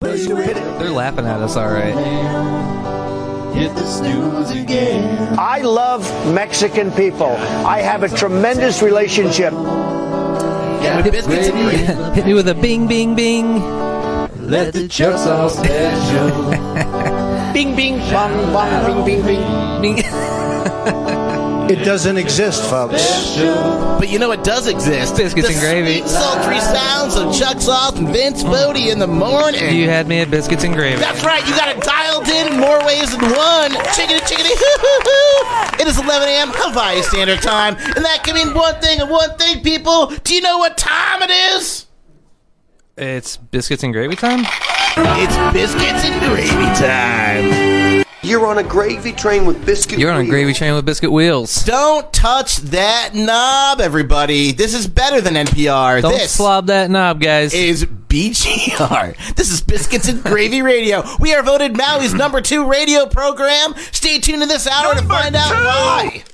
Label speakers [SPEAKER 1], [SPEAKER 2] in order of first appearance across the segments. [SPEAKER 1] Let's do it.
[SPEAKER 2] They're laughing at us, all right.
[SPEAKER 3] Hit the snooze again.
[SPEAKER 1] I love Mexican people. I have a tremendous relationship.
[SPEAKER 3] Got biscuits and gravy.
[SPEAKER 2] Hit me with a bing, bing, bing.
[SPEAKER 3] Let the chucks all special.
[SPEAKER 1] Bing, bing, bong, bong, bing, bing, bing.
[SPEAKER 2] bing.
[SPEAKER 4] It doesn't exist, folks.
[SPEAKER 5] But you know it does exist.
[SPEAKER 2] Biscuits
[SPEAKER 5] the
[SPEAKER 2] and gravy.
[SPEAKER 5] Sweet, sultry sounds of Chuck Soft and Vince Bodie in the morning.
[SPEAKER 2] you had me at biscuits and gravy.
[SPEAKER 5] That's right. You got it dialed in in more ways than one. Chickity, chickity, hoo, hoo, hoo. It is 11 a.m. Hawaii Standard Time, and that can mean one thing and one thing, people. Do you know what time it is?
[SPEAKER 2] It's biscuits and gravy time.
[SPEAKER 5] It's biscuits and gravy time.
[SPEAKER 6] You're on a gravy train with biscuit.
[SPEAKER 2] You're on a
[SPEAKER 6] wheels.
[SPEAKER 2] gravy train with biscuit wheels.
[SPEAKER 5] Don't touch that knob, everybody. This is better than NPR.
[SPEAKER 2] Don't
[SPEAKER 5] this
[SPEAKER 2] slob that knob, guys.
[SPEAKER 5] is BGR. This is Biscuits and Gravy Radio. We are voted Maui's number two radio program. Stay tuned in this hour to find out why.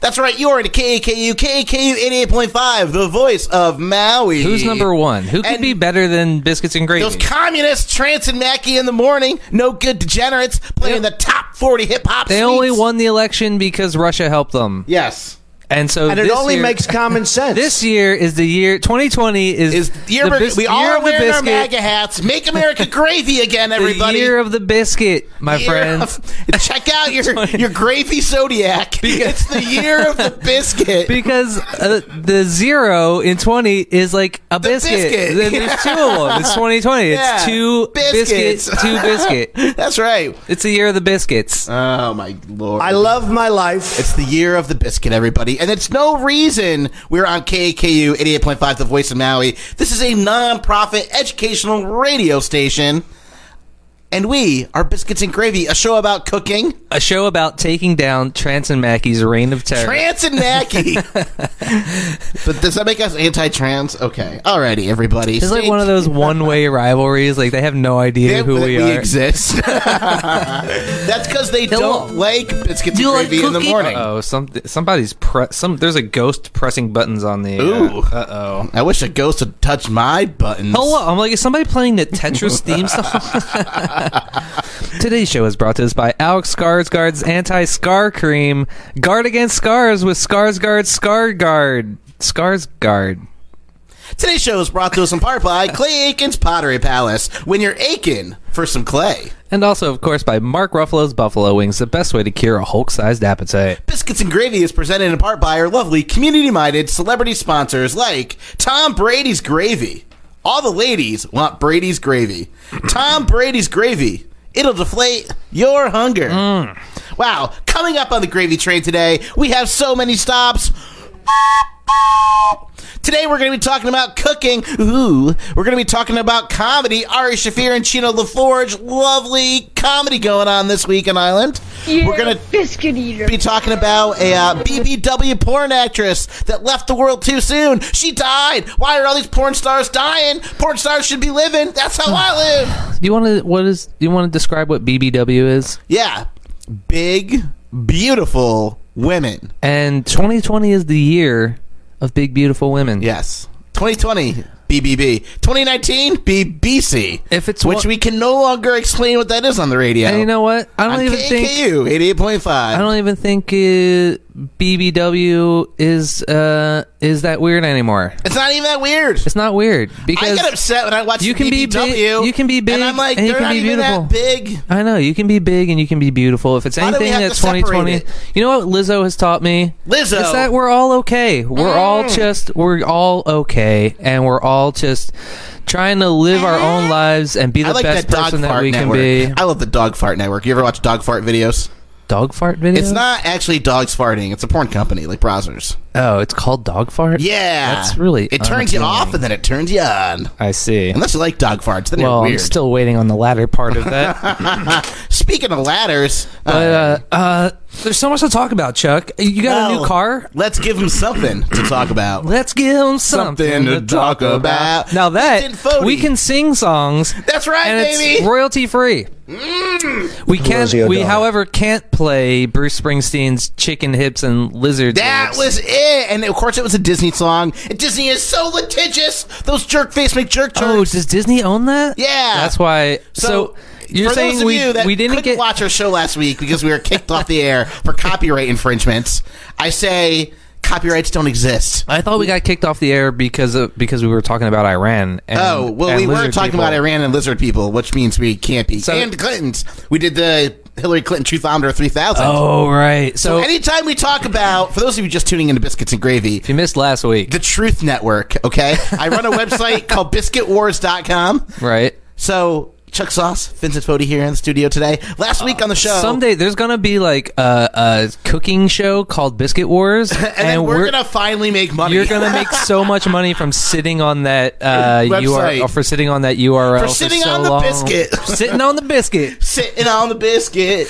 [SPEAKER 5] That's right, you are in KAKU, KAKU 88.5, the voice of Maui.
[SPEAKER 2] Who's number one? Who could
[SPEAKER 5] And-
[SPEAKER 2] be better than biscuits and gravy?
[SPEAKER 5] Those communists, Trance and Mackey in the morning, no good degenerates, playing the top 40 hip hop
[SPEAKER 2] they only won the election because Russia helped them.
[SPEAKER 5] Yes.
[SPEAKER 2] And so
[SPEAKER 4] And it
[SPEAKER 2] this
[SPEAKER 4] only
[SPEAKER 2] year-
[SPEAKER 4] makes common sense.
[SPEAKER 2] this year is the year 2020 is,
[SPEAKER 5] Is the year
[SPEAKER 2] bis-
[SPEAKER 5] we all
[SPEAKER 2] year
[SPEAKER 5] are
[SPEAKER 2] of the
[SPEAKER 5] wearing our
[SPEAKER 2] biscuit.
[SPEAKER 5] MAGA hats. Make America gravy again,
[SPEAKER 2] the
[SPEAKER 5] everybody.
[SPEAKER 2] year of the biscuit, my
[SPEAKER 5] Year
[SPEAKER 2] friends.
[SPEAKER 5] of- check out your your gravy zodiac. it's the year of the biscuit.
[SPEAKER 2] because uh, the zero in 20 is like a biscuit.
[SPEAKER 5] biscuit.
[SPEAKER 2] Then there's two of them. It's 2020.
[SPEAKER 5] Yeah.
[SPEAKER 2] It's two
[SPEAKER 5] Biscuits.
[SPEAKER 2] biscuits, two biscuit.
[SPEAKER 5] That's right.
[SPEAKER 2] It's the year of the biscuits.
[SPEAKER 5] Oh my lord.
[SPEAKER 4] I love my life.
[SPEAKER 5] it's the year of the biscuit, everybody. And it's no reason we're on KAKU 88.5, The Voice of Maui. This is a non-profit educational radio station. And we are Biscuits and Gravy, a show about cooking.
[SPEAKER 2] A show about taking down Trance and Mackey's reign of terror.
[SPEAKER 5] Trans and Mackey. but does that make us anti-trans? Okay. Alrighty, everybody.
[SPEAKER 2] it's like
[SPEAKER 5] Stay
[SPEAKER 2] one of those one-way rivalries. Like they have no idea
[SPEAKER 5] They-
[SPEAKER 2] who
[SPEAKER 5] that
[SPEAKER 2] we are.
[SPEAKER 5] exist. That's because they
[SPEAKER 2] Hello.
[SPEAKER 5] don't like biscuits
[SPEAKER 2] Do you
[SPEAKER 5] and
[SPEAKER 2] like
[SPEAKER 5] gravy in the
[SPEAKER 2] cookie?
[SPEAKER 5] morning.
[SPEAKER 2] Oh, some somebody's pre- some. There's a ghost pressing buttons on the.
[SPEAKER 5] Ooh.
[SPEAKER 2] Uh oh.
[SPEAKER 5] I wish a ghost had touched my buttons.
[SPEAKER 2] Hello, Oh, I'm like, is somebody playing the Tetris theme song? Today's show is brought to us by Alex Skarsgård's anti-scar cream. Guard against scars with Skarsgård Scar Guard. Skarsgård.
[SPEAKER 5] Today's show is brought to us in part by Clay Aiken's Pottery Palace. When you're aching for some clay.
[SPEAKER 2] And also, of course, by Mark Ruffalo's Buffalo Wings, the best way to cure a Hulk-sized appetite.
[SPEAKER 5] Biscuits and Gravy is presented in part by our lovely community minded celebrity sponsors like Tom Brady's Gravy. All the ladies want Brady's Gravy. Tom Brady's Gravy. It'll deflate your hunger. Wow. Coming up on the gravy train today, we have so many stops. Today we're going to be talking about cooking. Ooh, we're going to be talking about comedy. Ari Shafir and Chino LaForge, lovely comedy going on this week in Island. we're going to
[SPEAKER 7] biscuit eater.
[SPEAKER 5] be talking about a uh, BBW porn actress that left the world too soon. She died. Why are all these porn stars dying? Porn stars should be living. That's how I live.
[SPEAKER 2] Do you want to? What is? Do you want to describe what BBW is?
[SPEAKER 5] Yeah, big, beautiful women.
[SPEAKER 2] And 2020 is the year of big, beautiful women.
[SPEAKER 5] Yes, 2020. BBB 2019 BBC.
[SPEAKER 2] If it's
[SPEAKER 5] which
[SPEAKER 2] one-
[SPEAKER 5] we can no longer explain what that is on the radio.
[SPEAKER 2] And you know what? I don't
[SPEAKER 5] on
[SPEAKER 2] even think
[SPEAKER 5] KKU 88.5.
[SPEAKER 2] I don't even think uh, BBW is uh, is that weird anymore.
[SPEAKER 5] it's not even that weird.
[SPEAKER 2] It's not weird
[SPEAKER 5] I
[SPEAKER 2] because
[SPEAKER 5] get upset when I watch
[SPEAKER 2] you can be big-
[SPEAKER 5] BBW.
[SPEAKER 2] you can be big
[SPEAKER 5] and I'm like,
[SPEAKER 2] and you
[SPEAKER 5] they're
[SPEAKER 2] can
[SPEAKER 5] not
[SPEAKER 2] be
[SPEAKER 5] even that big.
[SPEAKER 2] I know you can be big and you can be beautiful. If it's
[SPEAKER 5] Why do we
[SPEAKER 2] anything
[SPEAKER 5] have to
[SPEAKER 2] that's 2020,
[SPEAKER 5] separate
[SPEAKER 2] you know what Lizzo has taught me.
[SPEAKER 5] Lizzo. Mm.
[SPEAKER 2] is that we're all okay. We're all just we're all okay, and we're all just trying to live our own lives and be the
[SPEAKER 5] Eh. I like
[SPEAKER 2] best
[SPEAKER 5] that dog
[SPEAKER 2] person
[SPEAKER 5] fart
[SPEAKER 2] that we
[SPEAKER 5] network.
[SPEAKER 2] can be.
[SPEAKER 5] I love the dog fart network. You ever watch dog fart videos?
[SPEAKER 2] Dog fart video.
[SPEAKER 5] It's not actually dogs farting. It's a porn company like Browsers.
[SPEAKER 2] Oh, it's called dog fart.
[SPEAKER 5] Yeah,
[SPEAKER 2] That's really
[SPEAKER 5] It turns you
[SPEAKER 2] unappealing.
[SPEAKER 5] off and then it turns you on.
[SPEAKER 2] I see.
[SPEAKER 5] Unless you like dog farts, then
[SPEAKER 2] Well,
[SPEAKER 5] you're
[SPEAKER 2] I'm
[SPEAKER 5] weird.
[SPEAKER 2] still waiting on the latter part of that.
[SPEAKER 5] Speaking of ladders, uh,
[SPEAKER 2] But uh, uh, there's so much to talk about, Chuck. You got a
[SPEAKER 5] well,
[SPEAKER 2] new car?
[SPEAKER 5] uh, Let's give him something to talk about.
[SPEAKER 2] Let's give him something,
[SPEAKER 5] Something to talk about.
[SPEAKER 2] Now
[SPEAKER 5] Justin
[SPEAKER 2] that
[SPEAKER 5] Foti.
[SPEAKER 2] we can sing songs,
[SPEAKER 5] That's right,
[SPEAKER 2] and it's
[SPEAKER 5] baby. Mm.
[SPEAKER 2] royalty free. We can't.
[SPEAKER 4] Rosie
[SPEAKER 2] We,
[SPEAKER 4] O'Donnell.
[SPEAKER 2] however, can't play Bruce Springsteen's "Chicken Hips and Lizard."
[SPEAKER 5] That
[SPEAKER 2] Lips.
[SPEAKER 5] was it, and of course it was a Disney song. And Disney is so litigious. Those jerk face make jerk
[SPEAKER 2] Oh,
[SPEAKER 5] turns.
[SPEAKER 2] does Disney own that?
[SPEAKER 5] Yeah.
[SPEAKER 2] That's why. So, you're
[SPEAKER 5] for
[SPEAKER 2] saying
[SPEAKER 5] those of
[SPEAKER 2] we
[SPEAKER 5] you that
[SPEAKER 2] we didn't
[SPEAKER 5] couldn't
[SPEAKER 2] get
[SPEAKER 5] watch our show last week because we were kicked off the air for copyright infringements. I say copyrights don't exist.
[SPEAKER 2] I thought we got kicked off the air because of because we were talking about Iran. And,
[SPEAKER 5] Oh well,
[SPEAKER 2] and
[SPEAKER 5] we were
[SPEAKER 2] lizard
[SPEAKER 5] talking
[SPEAKER 2] people.
[SPEAKER 5] about Iran and lizard people, which means we can't be.
[SPEAKER 2] So-
[SPEAKER 5] and Clintons. We did the Hillary Clinton Truthometer three thousand.
[SPEAKER 2] Oh right. So,
[SPEAKER 5] So anytime we talk about, for those of you just tuning into Biscuits and Gravy,
[SPEAKER 2] if you missed last week,
[SPEAKER 5] the Truth Network, okay? I run a website called biscuitwars.com.
[SPEAKER 2] right?
[SPEAKER 5] So, Chuck Sauce, Vincent Fodi here in the studio today. Last week on the show.
[SPEAKER 2] Someday there's gonna be like a, a cooking show called Biscuit Wars, and,
[SPEAKER 5] and, then we're,
[SPEAKER 2] we're
[SPEAKER 5] going to finally make money.
[SPEAKER 2] you're gonna make so much money from sitting on that uh,
[SPEAKER 5] Website.
[SPEAKER 2] URL for sitting on that URL
[SPEAKER 5] For sitting
[SPEAKER 2] so
[SPEAKER 5] on the
[SPEAKER 2] long.
[SPEAKER 5] biscuit.
[SPEAKER 2] sitting on the biscuit.
[SPEAKER 5] Sitting on the biscuit.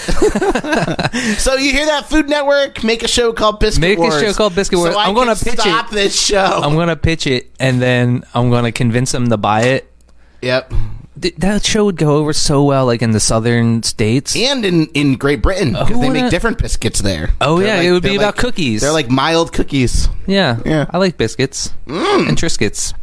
[SPEAKER 5] so you hear that Food Network? Make a show called Biscuit
[SPEAKER 2] Make a
[SPEAKER 5] Wars.
[SPEAKER 2] show called Biscuit Wars.
[SPEAKER 5] So I
[SPEAKER 2] I'm gonna
[SPEAKER 5] can
[SPEAKER 2] pitch it.
[SPEAKER 5] stop this show.
[SPEAKER 2] I'm gonna pitch it, and then I'm gonna convince them to buy it.
[SPEAKER 5] yep.
[SPEAKER 2] Th- that show would go over so well, like in the southern states.
[SPEAKER 5] And in, in Great Britain, because
[SPEAKER 2] Oh, Who
[SPEAKER 5] they
[SPEAKER 2] wouldn't-
[SPEAKER 5] make different biscuits there.
[SPEAKER 2] Oh, yeah, it would be
[SPEAKER 5] they're
[SPEAKER 2] about cookies.
[SPEAKER 5] They're like mild cookies.
[SPEAKER 2] yeah,
[SPEAKER 5] Yeah. Mm.
[SPEAKER 2] I like biscuits and Triscuits,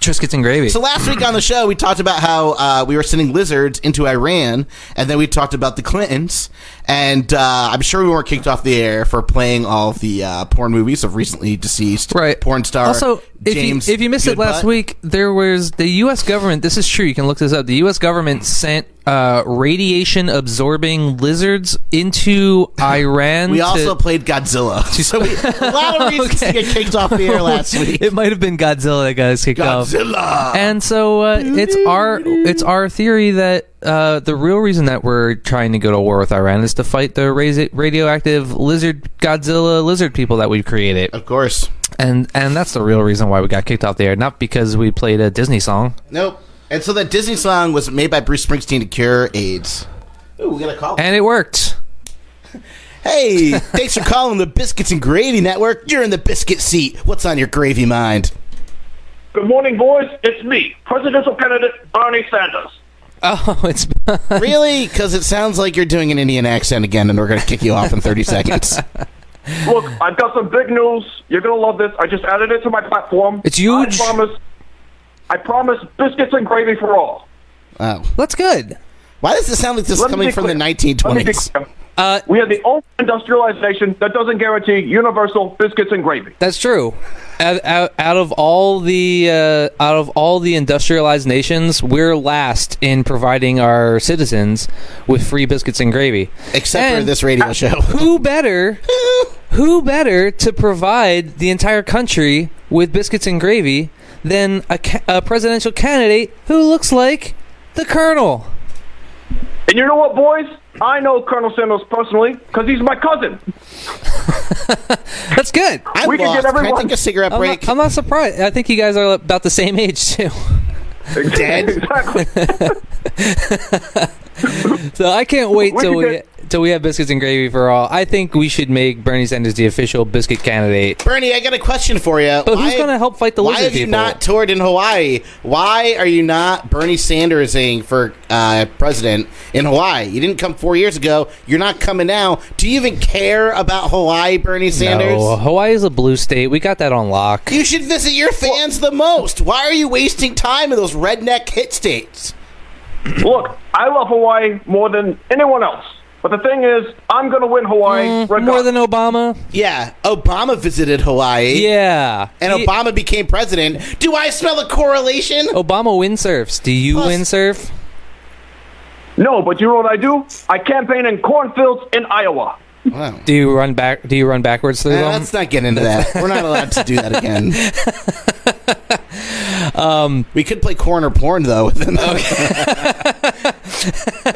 [SPEAKER 2] Triscuits and gravy.
[SPEAKER 5] So last week on the show, we talked about how uh, we were sending lizards into Iran, and then we talked about the Clintons. And uh, I'm sure we weren't kicked off the air for playing all the uh, porn movies of recently deceased
[SPEAKER 2] right
[SPEAKER 5] porn star.
[SPEAKER 2] also if
[SPEAKER 5] James
[SPEAKER 2] you if you missed it last
[SPEAKER 5] Goodbutt.
[SPEAKER 2] week there was the us government this is true you can look this up the us government sent uh, radiation absorbing lizards into iran
[SPEAKER 5] we
[SPEAKER 2] to-
[SPEAKER 5] also played Godzilla. So we, a lot of reasons
[SPEAKER 2] Okay.
[SPEAKER 5] to get kicked off the air last week.
[SPEAKER 2] it might have been godzilla that got us kicked off
[SPEAKER 5] Godzilla.
[SPEAKER 2] and so uh, it's our it's our theory that uh, the real reason that we're trying to go to war with Iran is to fight the razi- radioactive lizard Godzilla lizard people that we've created,
[SPEAKER 5] of course,
[SPEAKER 2] and and that's the real reason why we got kicked off the air, not because we played a Disney song.
[SPEAKER 5] nope. And so that Disney song was made by Bruce Springsteen to cure AIDS. Ooh, we got a call.
[SPEAKER 2] And it worked.
[SPEAKER 5] Hey, thanks for calling the Biscuits and Gravy Network. You're in the biscuit seat. What's on your gravy mind?
[SPEAKER 7] Good morning, boys. It's me, presidential candidate Bernie Sanders.
[SPEAKER 2] Oh, it's
[SPEAKER 5] Really? Because it sounds like you're doing an Indian accent again, and we're going to kick you off in 30 seconds.
[SPEAKER 7] Look, I've got some big news. You're gonna love this. I just added it to my platform.
[SPEAKER 2] It's huge.
[SPEAKER 7] I promise. I promise biscuits and gravy for all.
[SPEAKER 5] Oh.
[SPEAKER 2] that's good.
[SPEAKER 5] Why does this sound like this is
[SPEAKER 7] Let me
[SPEAKER 5] coming
[SPEAKER 7] be
[SPEAKER 5] from
[SPEAKER 7] clear.
[SPEAKER 5] the
[SPEAKER 7] Let me be
[SPEAKER 5] 1920s?
[SPEAKER 7] clear.
[SPEAKER 2] Uh,
[SPEAKER 7] we are the only industrialized nation that doesn't guarantee universal biscuits and gravy.
[SPEAKER 2] That's true. Out, out, out of all the uh, out of all the industrialized nations, we're last in providing our citizens with free biscuits and gravy.
[SPEAKER 5] Except for
[SPEAKER 2] And
[SPEAKER 5] this radio show.
[SPEAKER 2] Who better? Who better to provide the entire country with biscuits and gravy than a, ca- a presidential candidate who looks like the colonel?
[SPEAKER 7] And you know what, boys? I know Colonel Sanders personally because he's my cousin.
[SPEAKER 2] That's good.
[SPEAKER 5] I'm
[SPEAKER 7] We can
[SPEAKER 5] lost.
[SPEAKER 7] get
[SPEAKER 5] Can I
[SPEAKER 7] everyone-
[SPEAKER 5] take a cigarette
[SPEAKER 2] I'm
[SPEAKER 5] break?
[SPEAKER 2] not, I'm not surprised. I think you guys are about the same age too.
[SPEAKER 5] Dead?
[SPEAKER 7] exactly.
[SPEAKER 2] So I can't wait
[SPEAKER 7] We
[SPEAKER 2] till
[SPEAKER 7] could
[SPEAKER 2] we till we have biscuits and gravy for all. I think we should make Bernie Sanders the official biscuit candidate.
[SPEAKER 5] Bernie, I got a question for you.
[SPEAKER 2] But who's gonna help fight the
[SPEAKER 5] Why
[SPEAKER 2] lizard
[SPEAKER 5] have you
[SPEAKER 2] people?
[SPEAKER 5] not toured in Hawaii? Why are you not Bernie Sandersing for uh, president in Hawaii? You didn't come four years ago. You're not coming now. Do you even care about Hawaii, Bernie Sanders?
[SPEAKER 2] No, Hawaii is a blue state. We got that on lock.
[SPEAKER 5] You should visit your fans the most. Why are you wasting time in those redneck hit states?
[SPEAKER 7] Look, I love Hawaii more than anyone else. But the thing is, I'm gonna win Hawaii.
[SPEAKER 2] More
[SPEAKER 7] regardless.
[SPEAKER 2] than Obama?
[SPEAKER 5] Yeah, Obama visited Hawaii.
[SPEAKER 2] Yeah.
[SPEAKER 5] And
[SPEAKER 2] He- Oh.
[SPEAKER 5] Obama became president. Do I smell a correlation?
[SPEAKER 2] Obama windsurfs. Do you
[SPEAKER 5] Plus-
[SPEAKER 2] windsurf?
[SPEAKER 7] No, but you know what I do? I campaign in cornfields in Iowa.
[SPEAKER 5] Wow.
[SPEAKER 2] Do you run back? Do you run backwards through
[SPEAKER 5] Eh,
[SPEAKER 2] them?
[SPEAKER 5] let's not get into that. We're not allowed to do that again. um, we could play corner porn though. within the-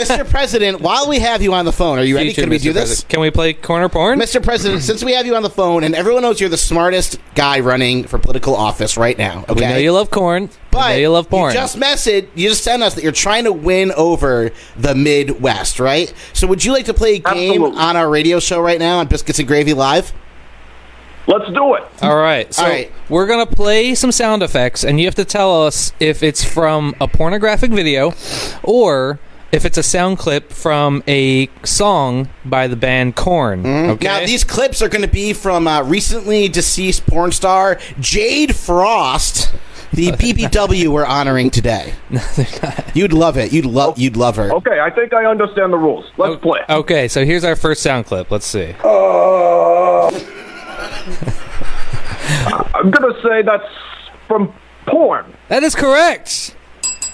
[SPEAKER 5] Mr. President, while we have you on the phone, are you ready?
[SPEAKER 2] Future
[SPEAKER 5] Can we
[SPEAKER 2] Mr.
[SPEAKER 5] do this?
[SPEAKER 2] President. Can we play corner porn?
[SPEAKER 5] Mr. President, since we have you on the phone, and everyone knows you're the smartest guy running for political office right now, okay?
[SPEAKER 2] We know you love corn.
[SPEAKER 5] but
[SPEAKER 2] we know you love porn.
[SPEAKER 5] just message, you just sent us that you're trying to win over the Midwest, right? So, would you like to play a game
[SPEAKER 7] Absolutely.
[SPEAKER 5] on our radio show right now on Biscuits and Gravy Live?
[SPEAKER 7] Let's do it.
[SPEAKER 2] All right. So
[SPEAKER 5] All right.
[SPEAKER 2] we're going to play some sound effects, and you have to tell us if it's from a pornographic video or if it's a sound clip from a song by the band Korn. Okay.
[SPEAKER 5] Mm-hmm. Now these clips are going to be from uh, recently deceased porn star Jade Frost. The BBW we're honoring today. You'd love it. You'd love.
[SPEAKER 2] Oh.
[SPEAKER 5] You'd love her.
[SPEAKER 7] Okay, I think I understand the rules. Let's play.
[SPEAKER 2] Okay, so here's our first sound clip. Let's see.
[SPEAKER 7] I'm gonna say that's from porn.
[SPEAKER 2] That is correct.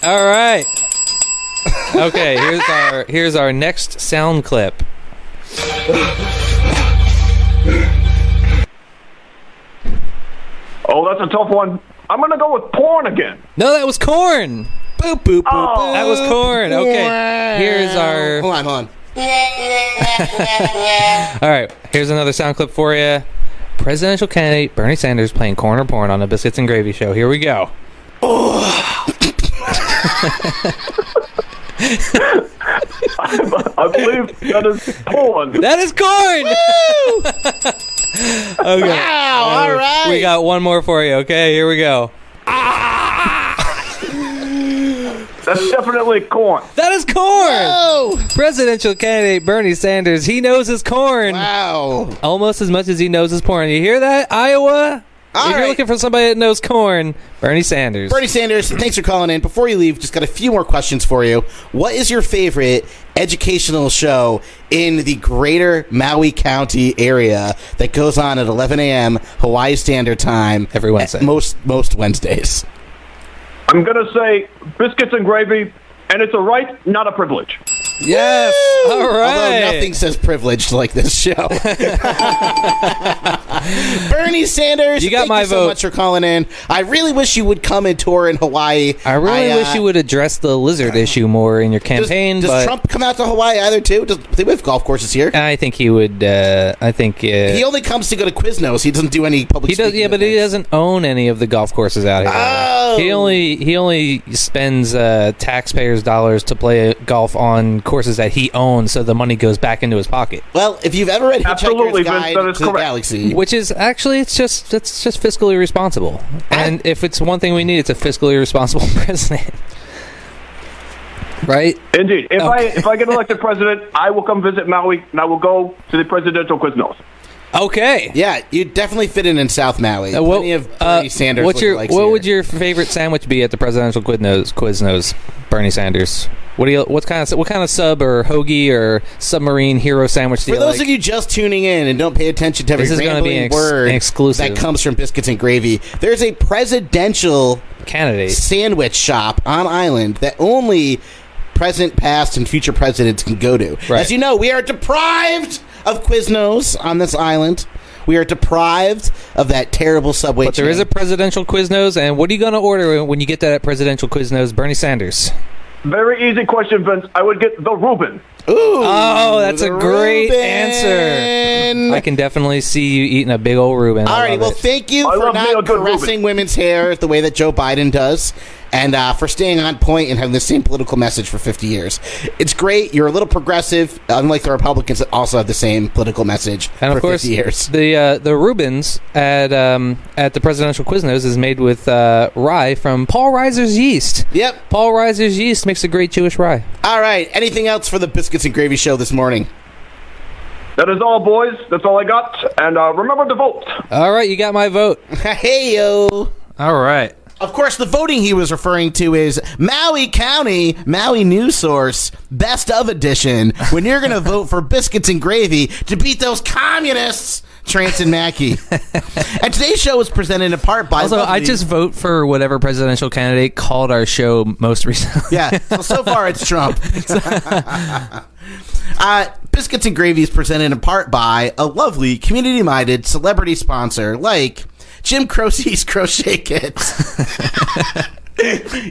[SPEAKER 2] All right. Okay, here's our here's our next sound clip.
[SPEAKER 7] Oh, that's a tough one. I'm gonna go with porn again.
[SPEAKER 2] No, that was Corn. Boop boop boop.
[SPEAKER 7] Oh.
[SPEAKER 2] That was Corn. Okay, here's our.
[SPEAKER 5] Hold on, hold on.
[SPEAKER 2] All right, here's another sound clip for you. Presidential candidate Bernie Sanders playing corner porn on the Biscuits and Gravy show. Here we go.
[SPEAKER 7] I believe that is porn.
[SPEAKER 2] That is corn. okay.
[SPEAKER 5] Wow. All right.
[SPEAKER 2] We got one more for you. Okay, here we go.
[SPEAKER 7] That's definitely corn.
[SPEAKER 2] That is corn.
[SPEAKER 5] Oh,
[SPEAKER 2] Presidential candidate Bernie Sanders. He knows his corn
[SPEAKER 5] Wow.
[SPEAKER 2] almost as much as he knows his porn. You hear that, Iowa?
[SPEAKER 5] All
[SPEAKER 2] if
[SPEAKER 5] right.
[SPEAKER 2] you're looking for somebody that knows corn, Bernie Sanders.
[SPEAKER 5] Bernie Sanders, thanks for calling in. Before you leave, just got a few more questions for you. What is your favorite educational show in the greater Maui County area that goes on at 11 a.m. Hawaii Standard Time
[SPEAKER 2] Every Wednesday.
[SPEAKER 5] at Most most Wednesdays.
[SPEAKER 7] I'm gonna say biscuits and gravy, and it's a right, not a privilege.
[SPEAKER 2] Yes. All right.
[SPEAKER 5] Although nothing says privileged like this show. Bernie Sanders,
[SPEAKER 2] You got
[SPEAKER 5] thank
[SPEAKER 2] my
[SPEAKER 5] you so
[SPEAKER 2] vote.
[SPEAKER 5] much for calling in. I really wish you would come and tour in Hawaii.
[SPEAKER 2] I really
[SPEAKER 5] uh,
[SPEAKER 2] wish you would address the lizard issue more in your
[SPEAKER 5] Does,
[SPEAKER 2] campaign,
[SPEAKER 5] does
[SPEAKER 2] but
[SPEAKER 5] Trump come out to Hawaii either too? Does, they have golf courses here.
[SPEAKER 2] I think he would. Uh, I think uh,
[SPEAKER 5] He
[SPEAKER 2] he,
[SPEAKER 5] only comes to go to Quiznos. He doesn't do any public.
[SPEAKER 2] does.
[SPEAKER 5] speaking
[SPEAKER 2] Yeah, but he
[SPEAKER 5] events.
[SPEAKER 2] doesn't own any of the golf courses out here.
[SPEAKER 5] Oh.
[SPEAKER 2] He only he only spends uh, taxpayers' dollars to play golf on courses that he owns, so the money goes back into his pocket.
[SPEAKER 5] Well, if you've ever read Hitchhiker's
[SPEAKER 7] Absolutely, Vince,
[SPEAKER 5] Guide
[SPEAKER 7] that is
[SPEAKER 5] to the
[SPEAKER 7] correct.
[SPEAKER 5] Galaxy,
[SPEAKER 2] Which is actually it's just it's just fiscally responsible. And if it's one thing we need, it's a fiscally responsible president. Right?
[SPEAKER 7] Indeed. If I
[SPEAKER 2] Okay.
[SPEAKER 7] if I get elected president, I will come visit Maui, and I will go to the presidential quiznos.
[SPEAKER 2] Okay.
[SPEAKER 5] yeah, you definitely fit in in South Maui.
[SPEAKER 2] Uh, what-
[SPEAKER 5] Plenty of
[SPEAKER 2] uh,
[SPEAKER 5] Bernie Sanders.
[SPEAKER 2] What's your What
[SPEAKER 5] lookalikes here.
[SPEAKER 2] would your favorite sandwich be at the presidential Quiznos? Quiznos, Bernie Sanders. What do you? What kind of what kind of sub or hoagie or submarine hero sandwich do
[SPEAKER 5] For
[SPEAKER 2] you
[SPEAKER 5] those
[SPEAKER 2] like?
[SPEAKER 5] of you just tuning in and don't pay attention to every
[SPEAKER 2] This is gonna be
[SPEAKER 5] rambling
[SPEAKER 2] ex-
[SPEAKER 5] word
[SPEAKER 2] an exclusive.
[SPEAKER 5] that comes from biscuits and gravy, there's a presidential
[SPEAKER 2] Candidate.
[SPEAKER 5] sandwich shop on island that only present, past, and future presidents can go to.
[SPEAKER 2] Right.
[SPEAKER 5] As you know, we are deprived of Quiznos on this island. We are deprived of that terrible subway.
[SPEAKER 2] But there is a presidential Quiznos, and what are you going to order when you get that at presidential Quiznos, Bernie Sanders?
[SPEAKER 7] Very easy question, Vince. I would get the Reuben.
[SPEAKER 5] Ooh,
[SPEAKER 2] Oh, that's a
[SPEAKER 5] the
[SPEAKER 2] great
[SPEAKER 5] Reuben.
[SPEAKER 2] answer. I can definitely see you eating a big old Reuben. I
[SPEAKER 5] All right.
[SPEAKER 2] love
[SPEAKER 5] Well,
[SPEAKER 2] it.
[SPEAKER 5] thank you
[SPEAKER 7] I
[SPEAKER 5] for
[SPEAKER 7] love me a
[SPEAKER 5] not
[SPEAKER 7] good
[SPEAKER 5] caressing
[SPEAKER 7] Reuben.
[SPEAKER 5] women's hair the way that Joe Biden does, and uh, for staying on point and having the same political message for 50 years. It's great. You're a little progressive, unlike the Republicans that also have the same political message
[SPEAKER 2] and
[SPEAKER 5] for
[SPEAKER 2] of course,
[SPEAKER 5] 50 years.
[SPEAKER 2] the uh, the Rubens at um, at the presidential Quiznos is made with uh, rye from Paul Reiser's yeast.
[SPEAKER 5] Yep.
[SPEAKER 2] Paul Reiser's yeast makes a great Jewish rye.
[SPEAKER 5] All right. Anything else for the biscuits and gravy show this morning?
[SPEAKER 7] That is all, boys. That's all I got. And uh, remember to vote.
[SPEAKER 2] All right, you got my vote.
[SPEAKER 5] hey yo.
[SPEAKER 2] All right.
[SPEAKER 5] Of course, the voting he was referring to is Maui County, Maui News Source, Best of Edition, when you're going to vote for Biscuits and Gravy to beat those communists, Trance and Mackey. and today's show was presented in part by.
[SPEAKER 2] Also, I
[SPEAKER 5] lovely-
[SPEAKER 2] just vote for whatever presidential candidate called our show most recently.
[SPEAKER 5] Yeah, so, so far it's Trump. uh, Biscuits and Gravy is presented in part by a lovely, community minded celebrity sponsor like Jim Croce's Crochet Kits.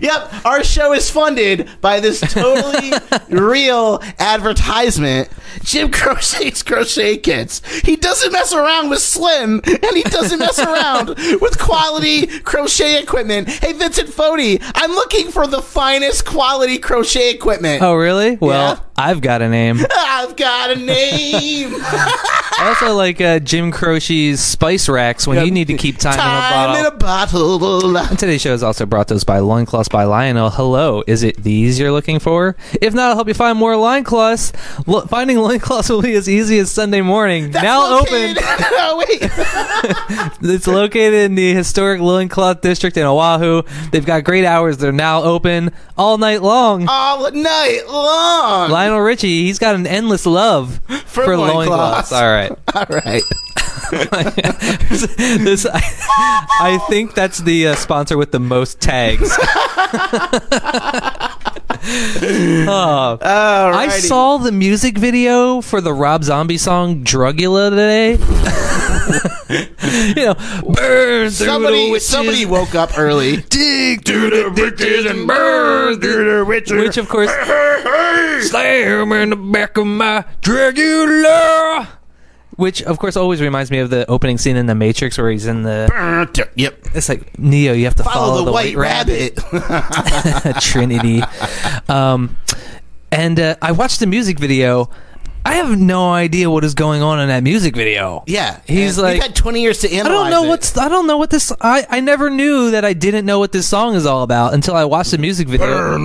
[SPEAKER 5] yep, our show is funded by this totally real advertisement. Jim crochets crochet kits. He doesn't mess around with slim, and he doesn't mess around with quality crochet equipment. Hey, Vincent Fodi, I'm looking for the finest quality crochet equipment.
[SPEAKER 2] Oh, really? Well,
[SPEAKER 5] Yeah.
[SPEAKER 2] I've got a name.
[SPEAKER 5] I've got a name.
[SPEAKER 2] I also like uh, Jim Croce's spice racks when you need to keep time, on a bottle.
[SPEAKER 5] Time in a bottle.
[SPEAKER 2] And Today's show is also brought to us by Loincloths by Lionel. Hello, is it these you're looking for? If not, I'll help you find more loincloths. Lo- finding loincloths will be as easy as Sunday morning. now
[SPEAKER 5] Located- oh wait.
[SPEAKER 2] open. It's located in the historic loincloth district in Oahu. They've got great hours. They're now open all night long.
[SPEAKER 5] All night long.
[SPEAKER 2] Lionel Richie, he's got an endless love for, loincloths.
[SPEAKER 5] loincloths.
[SPEAKER 2] All right.
[SPEAKER 5] All right.
[SPEAKER 2] this, I, I think that's the uh, sponsor with the most tags. Oh. I
[SPEAKER 5] Alrighty.
[SPEAKER 2] saw the music video for the Rob Zombie song "Drugula" today. you know, burn through the
[SPEAKER 5] Somebody,
[SPEAKER 2] witches.
[SPEAKER 5] somebody woke up early.
[SPEAKER 2] dig through the witches and burn through the witches. Which, of course, slam in the back of my Dragula. Which, of course, always reminds me of the opening scene in The Matrix where he's in the.
[SPEAKER 5] Yep.
[SPEAKER 2] It's like Neo, you have to follow,
[SPEAKER 5] Follow, the, white, rabbit.
[SPEAKER 2] Trinity. Um, and uh, I watched the music video. I have no idea what is going on in that music video.
[SPEAKER 5] yeah.
[SPEAKER 2] he's
[SPEAKER 5] and
[SPEAKER 2] like
[SPEAKER 5] we've had 20 years to
[SPEAKER 2] I
[SPEAKER 5] analyze.
[SPEAKER 2] don't know
[SPEAKER 5] it.
[SPEAKER 2] what's I don't know what this I I never knew that I didn't know what this song is all about until I watched the music video.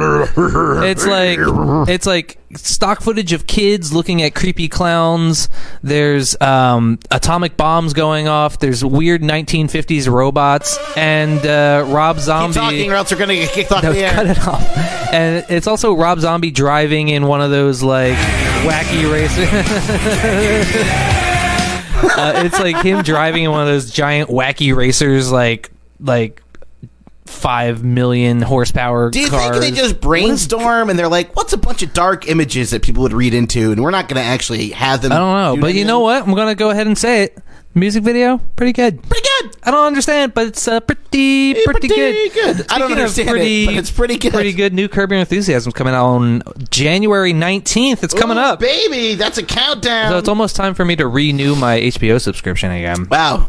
[SPEAKER 2] It's like it's like stock footage of kids looking at creepy clowns. There's um, atomic bombs going off. There's weird 1950s robots and uh, Rob
[SPEAKER 5] Keep
[SPEAKER 2] Zombie.
[SPEAKER 5] talking, or else we're gonna get kicked off
[SPEAKER 2] No,
[SPEAKER 5] the air.
[SPEAKER 2] cut it off. And it's also Rob Zombie driving in one of those like wacky races. uh, it's like him driving in one of those giant wacky racers, like like five million horsepower
[SPEAKER 5] Do you
[SPEAKER 2] cars.
[SPEAKER 5] think they just brainstorm and they're like, "What's a bunch of dark images that people would read into?" And we're not going to actually have them.
[SPEAKER 2] I don't know,
[SPEAKER 5] do
[SPEAKER 2] but you
[SPEAKER 5] anything?
[SPEAKER 2] know what? I'm gonna go ahead and say it. Music video, pretty good. Pretty good. I don't understand, but it's uh, pretty,
[SPEAKER 5] It's
[SPEAKER 2] pretty, good.
[SPEAKER 5] I don't
[SPEAKER 2] Speaking of
[SPEAKER 5] understand
[SPEAKER 2] pretty-
[SPEAKER 5] it, but it's pretty good.
[SPEAKER 2] Pretty good. New Curb Your Enthusiasm coming out on January 19th. It's coming
[SPEAKER 5] Ooh,
[SPEAKER 2] up.
[SPEAKER 5] baby. That's a countdown.
[SPEAKER 2] So it's almost time for me to renew my HBO subscription again.
[SPEAKER 5] wow.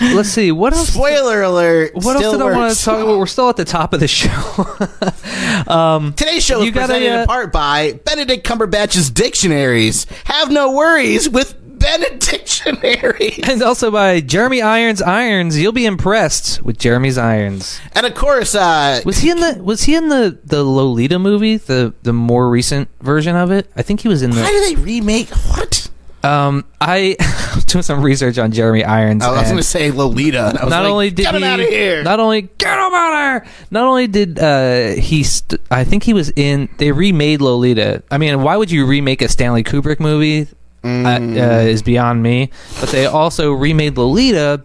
[SPEAKER 2] Let's see what else.
[SPEAKER 5] Spoiler alert.
[SPEAKER 2] what else
[SPEAKER 5] still
[SPEAKER 2] did I want
[SPEAKER 5] works.
[SPEAKER 2] to talk about? We're still at the top of the show.
[SPEAKER 5] Today's show
[SPEAKER 2] You
[SPEAKER 5] is
[SPEAKER 2] got a,
[SPEAKER 5] presented
[SPEAKER 2] uh,
[SPEAKER 5] in part by Benedict Cumberbatch's Dictionaries. Have no worries with Benedictionary.
[SPEAKER 2] and also by Jeremy Irons Irons. You'll be impressed with Jeremy's Irons.
[SPEAKER 5] and of course, uh,
[SPEAKER 2] Was he in the Was he in the the Lolita movie? The the more recent version of it. I think he was in
[SPEAKER 5] why
[SPEAKER 2] the.
[SPEAKER 5] do they remake what?
[SPEAKER 2] Um, I was doing some research on Jeremy Irons.
[SPEAKER 5] I was
[SPEAKER 2] and-
[SPEAKER 5] going to say Lolita. and I was
[SPEAKER 2] not
[SPEAKER 5] like,
[SPEAKER 2] only did
[SPEAKER 5] get
[SPEAKER 2] he,
[SPEAKER 5] him out of here.
[SPEAKER 2] Not only get him out of here. Not only did uh, he, st- I think he was in. They remade Lolita. I mean, why would you remake a Stanley Kubrick movie? Uh, uh, is beyond me. But they also remade Lolita.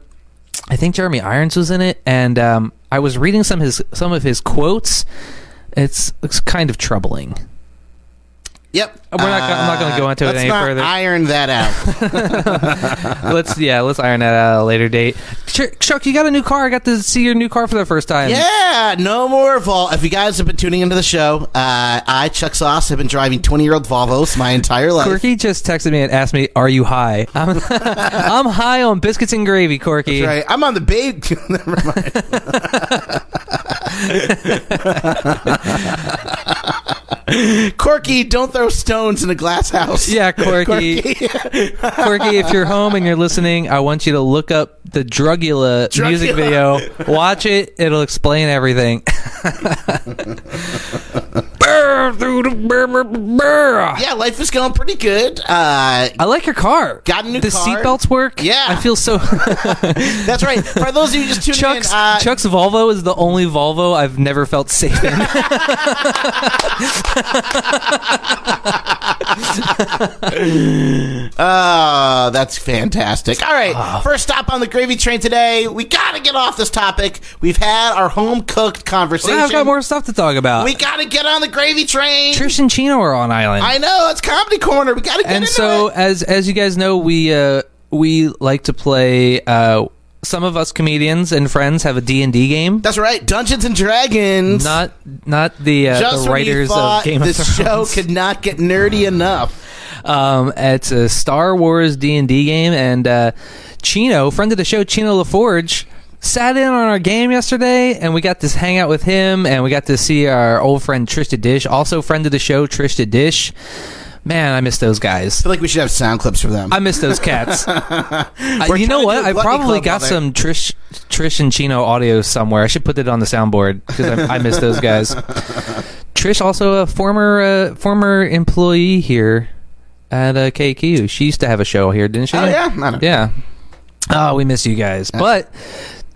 [SPEAKER 2] I think Jeremy Irons was in it, and um, I was reading some his some of his quotes. It's it's kind of troubling.
[SPEAKER 5] Yep. Uh,
[SPEAKER 2] We're not go- I'm not gonna go into it
[SPEAKER 5] let's
[SPEAKER 2] any
[SPEAKER 5] not
[SPEAKER 2] further.
[SPEAKER 5] Iron that out.
[SPEAKER 2] let's yeah, let's iron that out at a later date. Chuck, Chuck, you got a new car. I got to see your new car for the first time.
[SPEAKER 5] yeah, no more Vol. If you guys have been tuning into the show, uh, I, Chuck Sauce, have been driving 20 year old Volvos my entire life.
[SPEAKER 2] Corky just texted me and asked me, "Are you high?" I'm, I'm high on biscuits and gravy, Corky.
[SPEAKER 5] That's right. I'm on the babe. Never mind. Corky, don't throw stones in a glass house.
[SPEAKER 2] Yeah, Corky. Corky. if you're home and you're listening, I want you to look up the Drugula, music video.
[SPEAKER 5] Drugula.
[SPEAKER 2] Watch it; it'll explain everything. Burr through the burr, burr, burr.
[SPEAKER 5] Yeah, life is going pretty good. Uh,
[SPEAKER 2] I like your car.
[SPEAKER 5] Got a new
[SPEAKER 2] the
[SPEAKER 5] car.
[SPEAKER 2] seatbelts work.
[SPEAKER 5] Yeah.
[SPEAKER 2] I feel so.
[SPEAKER 5] that's right. For those of you just tuning
[SPEAKER 2] Chuck's
[SPEAKER 5] in, uh,
[SPEAKER 2] Chuck's Volvo is the only Volvo I've never felt safe in.
[SPEAKER 5] Oh, that's fantastic. All right.
[SPEAKER 2] Ah.
[SPEAKER 5] First stop on the gravy train today. We got to get off this topic. We've had our home cooked conversation.
[SPEAKER 2] I've got more stuff to talk about.
[SPEAKER 5] We got to get on the gravy train.
[SPEAKER 2] Trish and Chino are on island.
[SPEAKER 5] I know. It's Comedy Corner. We got to get
[SPEAKER 2] and
[SPEAKER 5] into
[SPEAKER 2] so
[SPEAKER 5] it.
[SPEAKER 2] as as you guys know, we uh, we like to play. Uh, some of us comedians and friends have a D and D game.
[SPEAKER 5] That's right. Dungeons and Dragons.
[SPEAKER 2] Not not the, uh,
[SPEAKER 5] Just
[SPEAKER 2] the
[SPEAKER 5] when
[SPEAKER 2] writers
[SPEAKER 5] you thought
[SPEAKER 2] of Game of
[SPEAKER 5] this
[SPEAKER 2] Thrones.
[SPEAKER 5] show could not get nerdy enough.
[SPEAKER 2] um, it's a Star Wars D and D game, and uh, Chino, friend of the show, Chino LaForge. Sat in on our game yesterday, and we got to hang out with him, and we got to see our old friend Trista Dish, also friend of the show, Trista Dish. Man, I miss those guys.
[SPEAKER 5] feel like we should have sound clips for them.
[SPEAKER 2] I miss those cats. Uh, you
[SPEAKER 5] trying
[SPEAKER 2] know
[SPEAKER 5] to
[SPEAKER 2] what?
[SPEAKER 5] do a
[SPEAKER 2] I
[SPEAKER 5] Gluttony
[SPEAKER 2] probably
[SPEAKER 5] Club
[SPEAKER 2] got
[SPEAKER 5] on
[SPEAKER 2] some Trish, Trish and Chino audio somewhere. I should put it on the soundboard because I, I miss those guys. Trish, also a former uh, former employee here at uh, KQ. She used to have a show here, didn't she?
[SPEAKER 5] Oh, yeah? I know.
[SPEAKER 2] yeah. Oh, we miss you guys, but.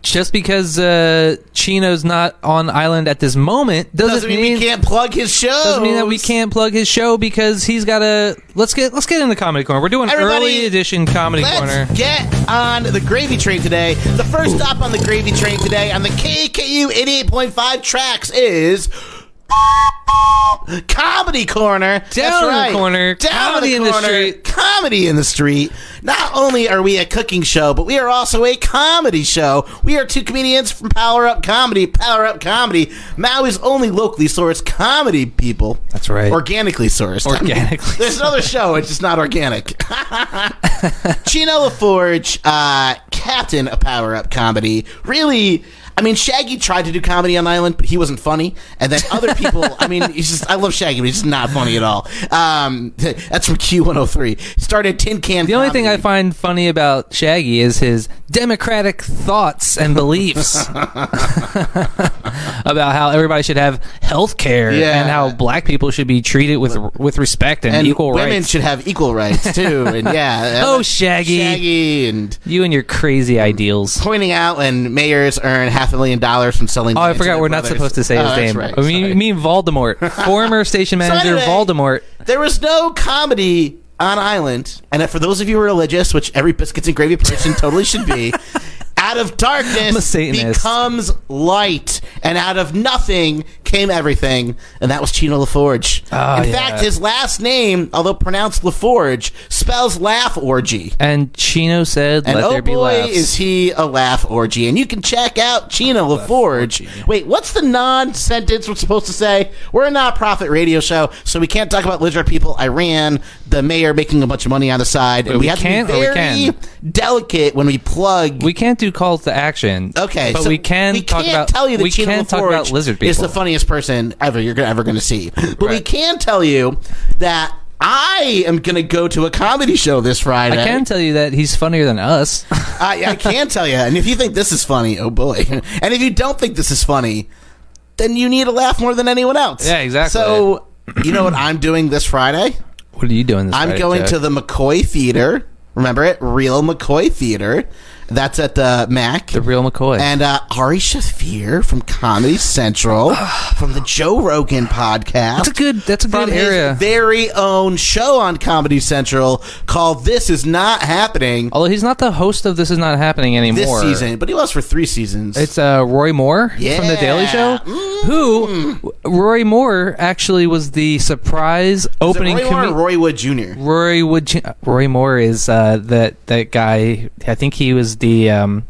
[SPEAKER 2] Just because uh, Chino's not on island at this moment doesn't,
[SPEAKER 5] doesn't mean we can't plug his show.
[SPEAKER 2] doesn't mean that we can't plug his show because he's got a let's get let's get in the comedy corner. We're doing
[SPEAKER 5] Everybody,
[SPEAKER 2] early edition comedy
[SPEAKER 5] Let's
[SPEAKER 2] corner.
[SPEAKER 5] get on the gravy train today. The first stop on the gravy train today on the KKU 88.5 tracks is Comedy Corner. That's
[SPEAKER 2] Down in the
[SPEAKER 5] right.
[SPEAKER 2] corner,
[SPEAKER 5] Down
[SPEAKER 2] comedy
[SPEAKER 5] in
[SPEAKER 2] in
[SPEAKER 5] the
[SPEAKER 2] the
[SPEAKER 5] corner,
[SPEAKER 2] street.
[SPEAKER 5] Comedy in the street. Not only are we a cooking show, but we are also a comedy show. We are two comedians from Power Up Comedy. Power Up Comedy, Maui's only locally sourced comedy people.
[SPEAKER 2] That's right.
[SPEAKER 5] Organically sourced.
[SPEAKER 2] Organically
[SPEAKER 5] There's another show. It's just not organic. Chino LaForge, uh, captain of Power Up Comedy, really. I mean, Shaggy tried to do comedy on Island, but he wasn't funny. And then other people, I mean, he's just, I love Shaggy, but he's just not funny at all. Um, that's from Q103. Started Tin Can
[SPEAKER 2] The only thing I
[SPEAKER 5] Comedy.
[SPEAKER 2] find funny about Shaggy is his democratic thoughts and beliefs about how everybody should have health care
[SPEAKER 5] Yeah.
[SPEAKER 2] and how black people should be treated with with respect and,
[SPEAKER 5] and
[SPEAKER 2] equal
[SPEAKER 5] women
[SPEAKER 2] rights.
[SPEAKER 5] should have equal rights too, and yeah. uh,
[SPEAKER 2] Oh, Shaggy.
[SPEAKER 5] Shaggy, and
[SPEAKER 2] you and your crazy ideals.
[SPEAKER 5] pointing out when mayors earn half a million dollars from selling.
[SPEAKER 2] Oh, I
[SPEAKER 5] land to
[SPEAKER 2] forgot
[SPEAKER 5] their
[SPEAKER 2] we're not
[SPEAKER 5] brothers.
[SPEAKER 2] supposed to say
[SPEAKER 5] Oh,
[SPEAKER 2] his
[SPEAKER 5] that's
[SPEAKER 2] name.
[SPEAKER 5] right.
[SPEAKER 2] I mean,
[SPEAKER 5] Sorry.
[SPEAKER 2] you mean Voldemort, former station manager
[SPEAKER 5] anyway,
[SPEAKER 2] Voldemort.
[SPEAKER 5] There was no comedy on Island, and for those of you who are religious, which every biscuits and gravy person totally should be, out of
[SPEAKER 2] a
[SPEAKER 5] darkness
[SPEAKER 2] Satanist.
[SPEAKER 5] becomes light, and out of nothing came everything, and that was Chino LaForge.
[SPEAKER 2] Ah,
[SPEAKER 5] In
[SPEAKER 2] yeah.
[SPEAKER 5] fact, his last name, although pronounced LaForge, spells laugh orgy.
[SPEAKER 2] And Chino said,
[SPEAKER 5] And
[SPEAKER 2] "Let
[SPEAKER 5] oh
[SPEAKER 2] there be
[SPEAKER 5] boy,
[SPEAKER 2] laughs."
[SPEAKER 5] is he a laugh orgy! And you can check out Chino LaForge. Wait, what's the non-sentence we're supposed to say? We're a non-profit radio show, so we can't talk about lizard people, Iran, the mayor making a bunch of money on the side. And
[SPEAKER 2] we
[SPEAKER 5] we have
[SPEAKER 2] can't
[SPEAKER 5] to
[SPEAKER 2] or
[SPEAKER 5] be
[SPEAKER 2] we
[SPEAKER 5] very
[SPEAKER 2] can?
[SPEAKER 5] delicate when we plug.
[SPEAKER 2] We can't do calls to action.
[SPEAKER 5] okay,
[SPEAKER 2] but
[SPEAKER 5] so
[SPEAKER 2] we can
[SPEAKER 5] we
[SPEAKER 2] talk
[SPEAKER 5] can't
[SPEAKER 2] about.
[SPEAKER 5] tell you that
[SPEAKER 2] we
[SPEAKER 5] Chino
[SPEAKER 2] can talk about
[SPEAKER 5] LaForge
[SPEAKER 2] lizard people.
[SPEAKER 5] Is the funniest person ever you're gonna- ever going to see, but we
[SPEAKER 2] Right.
[SPEAKER 5] can tell you that. I am going to go to a comedy show this
[SPEAKER 2] I
[SPEAKER 5] Friday.
[SPEAKER 2] can tell you that he's funnier than us.
[SPEAKER 5] I, I can tell you. And if you think this is funny, oh boy. And if you don't think this is funny, then you need to laugh more than anyone else.
[SPEAKER 2] Yeah, exactly.
[SPEAKER 5] So, you know what I'm doing this Friday?
[SPEAKER 2] what are you doing this?
[SPEAKER 5] I'm
[SPEAKER 2] Friday,
[SPEAKER 5] going
[SPEAKER 2] Jack?
[SPEAKER 5] to the McCoy Theater. Remember it? Real McCoy Theater. That's at the Mac.
[SPEAKER 2] the real McCoy.
[SPEAKER 5] And uh, Ari Shafir from Comedy Central, from the Joe Rogan podcast.
[SPEAKER 2] That's a good- that's a
[SPEAKER 5] from
[SPEAKER 2] good
[SPEAKER 5] his
[SPEAKER 2] area.
[SPEAKER 5] very own show on Comedy Central called "This Is Not Happening"
[SPEAKER 2] Although he's not the host of This Is Not Happening anymore.
[SPEAKER 5] this season, but he was for three seasons.
[SPEAKER 2] It's uh, Roy Moore from The Daily Show,
[SPEAKER 5] Yeah. Mm.
[SPEAKER 2] who Roy Moore actually was the surprise
[SPEAKER 5] Is it
[SPEAKER 2] opening.
[SPEAKER 5] Roy Moore or
[SPEAKER 2] comi-
[SPEAKER 5] Roy Wood Jr.
[SPEAKER 2] Roy would Roy Moore is uh, that that guy. I think he was the um,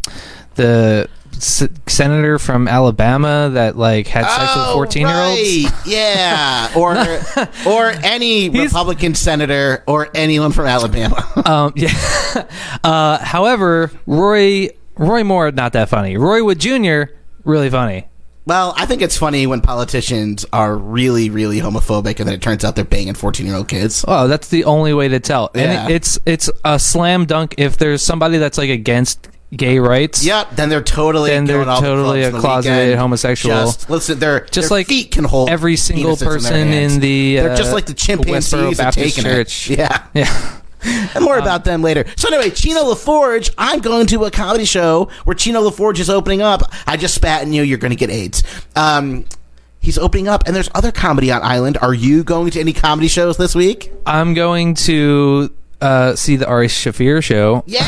[SPEAKER 2] the s- senator from Alabama that like had sex with fourteen year olds.
[SPEAKER 5] Oh, right. Yeah, or or any Republican senator or anyone from Alabama.
[SPEAKER 2] Um, yeah. uh, however, Roy Roy Moore not that funny. Roy Wood Jr. really funny.
[SPEAKER 5] well, I think it's funny when politicians are really, really homophobic, and then it turns out they're banging fourteen-year-old kids.
[SPEAKER 2] Oh, that's the only way to tell.
[SPEAKER 5] Yeah.
[SPEAKER 2] And it- it's it's a slam dunk if there's somebody that's like against gay rights.
[SPEAKER 5] Yep, then they're totally
[SPEAKER 2] Then they're
[SPEAKER 5] going all the
[SPEAKER 2] totally
[SPEAKER 5] clubs
[SPEAKER 2] a
[SPEAKER 5] on the
[SPEAKER 2] closeted
[SPEAKER 5] weekend.
[SPEAKER 2] homosexual.
[SPEAKER 5] Just listen, their
[SPEAKER 2] Just
[SPEAKER 5] their
[SPEAKER 2] like
[SPEAKER 5] feet can hold
[SPEAKER 2] every single
[SPEAKER 5] penises in their
[SPEAKER 2] person
[SPEAKER 5] hands.
[SPEAKER 2] in the,
[SPEAKER 5] they're just
[SPEAKER 2] uh,
[SPEAKER 5] like the chimpanzees
[SPEAKER 2] Westboro
[SPEAKER 5] are
[SPEAKER 2] Baptist
[SPEAKER 5] taking
[SPEAKER 2] Church.
[SPEAKER 5] It. Yeah,
[SPEAKER 2] Yeah.
[SPEAKER 5] And
[SPEAKER 2] Um,
[SPEAKER 5] more about them later. So anyway, Chino LaForge, I'm going to a comedy show where Chino LaForge is opening up. I just spat and you, you're going to get AIDS. Um, he's opening up, and there's other comedy on Island. Are you going to any comedy shows this week?
[SPEAKER 2] I'm going to uh, see the Ari Shafir show.
[SPEAKER 5] Yeah.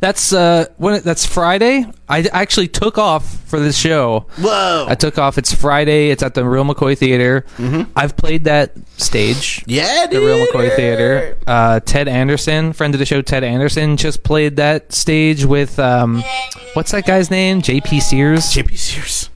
[SPEAKER 2] That's uh when it, that's Friday. I d- actually took off for this show.
[SPEAKER 5] Whoa.
[SPEAKER 2] I took off. It's Friday. It's at the Real McCoy Theater. I've played that stage.
[SPEAKER 5] Mm-hmm. yeah,
[SPEAKER 2] The
[SPEAKER 5] dude.
[SPEAKER 2] Real McCoy Theater. Uh, Ted Anderson, friend of the show, Ted Anderson, just played that stage with um, what's that guy's name? J.P. Sears.
[SPEAKER 5] JP Sears.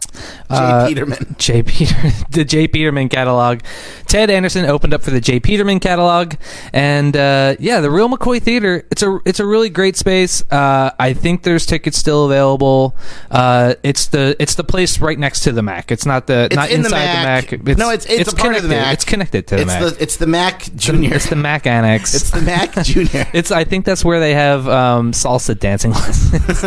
[SPEAKER 2] Uh,
[SPEAKER 5] Jay Peterman.
[SPEAKER 2] Jay Peter, the Jay Peterman catalog. Ted Anderson opened up for the Jay Peterman catalog, and uh, yeah, the Real McCoy Theater. It's a it's a really great space. Uh, I think there's tickets still available. Uh, it's the it's the place right next to the Mac. It's not the
[SPEAKER 5] It's
[SPEAKER 2] not
[SPEAKER 5] in the
[SPEAKER 2] inside
[SPEAKER 5] Mac.
[SPEAKER 2] the Mac. It's,
[SPEAKER 5] no, it's it's, a part
[SPEAKER 2] connected.
[SPEAKER 5] of the Mac.
[SPEAKER 2] It's connected to the
[SPEAKER 5] it's
[SPEAKER 2] Mac.
[SPEAKER 5] The, it's the Mac Junior.
[SPEAKER 2] it's the Mac annex.
[SPEAKER 5] It's the Mac Junior.
[SPEAKER 2] It's. I think that's where they have um, salsa dancing lessons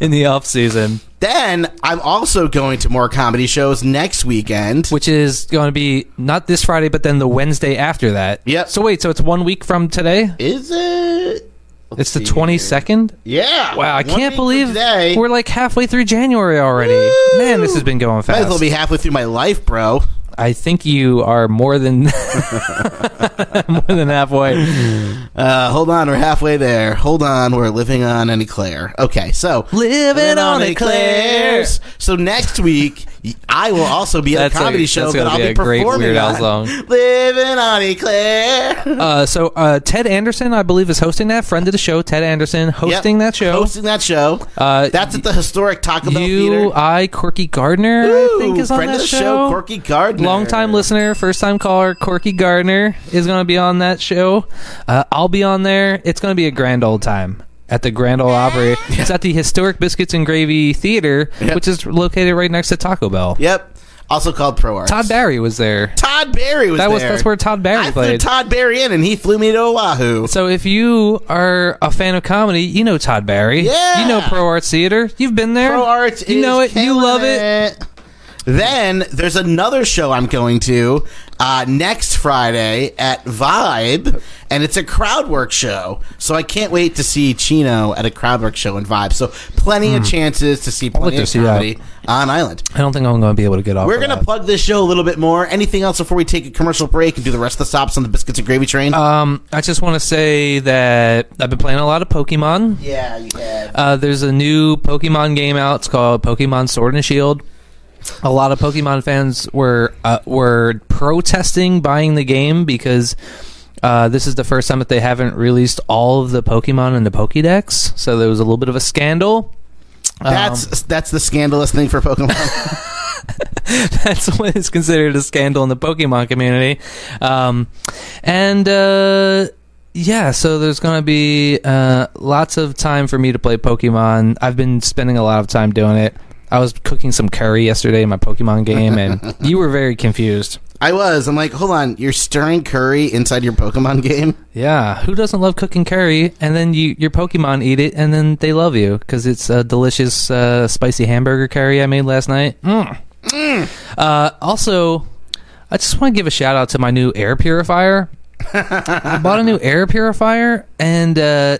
[SPEAKER 2] in the off season,
[SPEAKER 5] then I'm also going to more comedy shows next weekend.
[SPEAKER 2] which is going to be not this Friday, but then the Wednesday after that.
[SPEAKER 5] Yep.
[SPEAKER 2] So wait, so it's one week from today.
[SPEAKER 5] is it?
[SPEAKER 2] it's the twenty second.
[SPEAKER 5] Yeah.
[SPEAKER 2] Wow, I
[SPEAKER 5] One week
[SPEAKER 2] can't
[SPEAKER 5] from
[SPEAKER 2] believe
[SPEAKER 5] today.
[SPEAKER 2] we're like halfway through January already.
[SPEAKER 5] Woo!
[SPEAKER 2] Man, this has been going
[SPEAKER 5] Might as
[SPEAKER 2] fast.
[SPEAKER 5] well be halfway through my life, bro.
[SPEAKER 2] I think you are more than more than halfway.
[SPEAKER 5] Uh, hold on, we're halfway there. Hold on, we're living on an eclair. Okay, so
[SPEAKER 2] Living on eclairs.
[SPEAKER 5] So next week, I will also be at a
[SPEAKER 2] That's a-
[SPEAKER 5] comedy
[SPEAKER 2] that's
[SPEAKER 5] show that
[SPEAKER 2] gonna
[SPEAKER 5] I'll
[SPEAKER 2] be
[SPEAKER 5] be,
[SPEAKER 2] a great
[SPEAKER 5] performing
[SPEAKER 2] Weird Al
[SPEAKER 5] on.
[SPEAKER 2] song.
[SPEAKER 5] Living on eclair.
[SPEAKER 2] Uh, so uh, Ted Anderson, I believe, is hosting that. Friend of the show, Ted Anderson, hosting
[SPEAKER 5] Yep,
[SPEAKER 2] that show.
[SPEAKER 5] Hosting that show.
[SPEAKER 2] Uh,
[SPEAKER 5] That's at the historic Taco Bell
[SPEAKER 2] you,
[SPEAKER 5] Theater.
[SPEAKER 2] I, Corky Gardner, I think is on
[SPEAKER 5] friend
[SPEAKER 2] that
[SPEAKER 5] of the
[SPEAKER 2] show.
[SPEAKER 5] show, Corky Gardner.
[SPEAKER 2] Longtime listener, first time caller, Corky Gardner is going to be on that show. Uh, I'll be on there. It's going to be a grand old time at the Grand Ole Opry. It's at the historic Biscuits and Gravy Theater, which is located right next to Taco Bell.
[SPEAKER 5] Yep. Also called Pro Arts.
[SPEAKER 2] Todd Barry was there.
[SPEAKER 5] Todd Barry was
[SPEAKER 2] That was
[SPEAKER 5] there.
[SPEAKER 2] that's where Todd Barry
[SPEAKER 5] I threw
[SPEAKER 2] played.
[SPEAKER 5] Todd Barry in, and he flew me to Oahu.
[SPEAKER 2] So if you are a fan of comedy, you know Todd Barry.
[SPEAKER 5] Yeah.
[SPEAKER 2] You know Pro Arts Theater. You've been there.
[SPEAKER 5] Pro Arts.
[SPEAKER 2] You
[SPEAKER 5] is
[SPEAKER 2] know it. You
[SPEAKER 5] killing
[SPEAKER 2] love it.
[SPEAKER 5] it. Then there's another show I'm going to uh, next Friday at Vibe, and it's a crowd work show. So I can't wait to see Chino at a crowd work show in Vibe. So plenty of chances to see
[SPEAKER 2] Hmm.
[SPEAKER 5] plenty
[SPEAKER 2] to
[SPEAKER 5] of
[SPEAKER 2] see that.
[SPEAKER 5] comedy on Island.
[SPEAKER 2] I don't think I'm going to be able to get off.
[SPEAKER 5] We're
[SPEAKER 2] of
[SPEAKER 5] gonna
[SPEAKER 2] that.
[SPEAKER 5] plug this show a little bit more. Anything else before we take a commercial break and do the rest of the stops on the biscuits and gravy train?
[SPEAKER 2] Um, I just want to say that I've been playing a lot of Pokemon.
[SPEAKER 5] yeah, you have.
[SPEAKER 2] Uh, there's a new Pokemon game out. It's called Pokemon Sword and Shield. A lot of Pokemon fans were uh, were protesting buying the game because uh, this is the first time that they haven't released all of the Pokemon in the Pokédex. So there was a little bit of a scandal. um,
[SPEAKER 5] That's that's the scandalous thing for Pokemon.
[SPEAKER 2] that's what is considered a scandal in the Pokemon community. Um, and uh, yeah, so there's going to be uh, lots of time for me to play Pokemon. I've been spending a lot of time doing it. I was cooking some curry yesterday in my Pokemon game, and you were very confused.
[SPEAKER 5] I was. I'm like, hold on, you're stirring curry inside your Pokemon game.
[SPEAKER 2] Yeah, who doesn't love cooking curry? And then you, your Pokemon eat it, and then they love you because it's a delicious, uh, spicy hamburger curry I made last night. Mm. Uh, also, I just want to give a shout out to my new air purifier. I bought a new air purifier, and uh,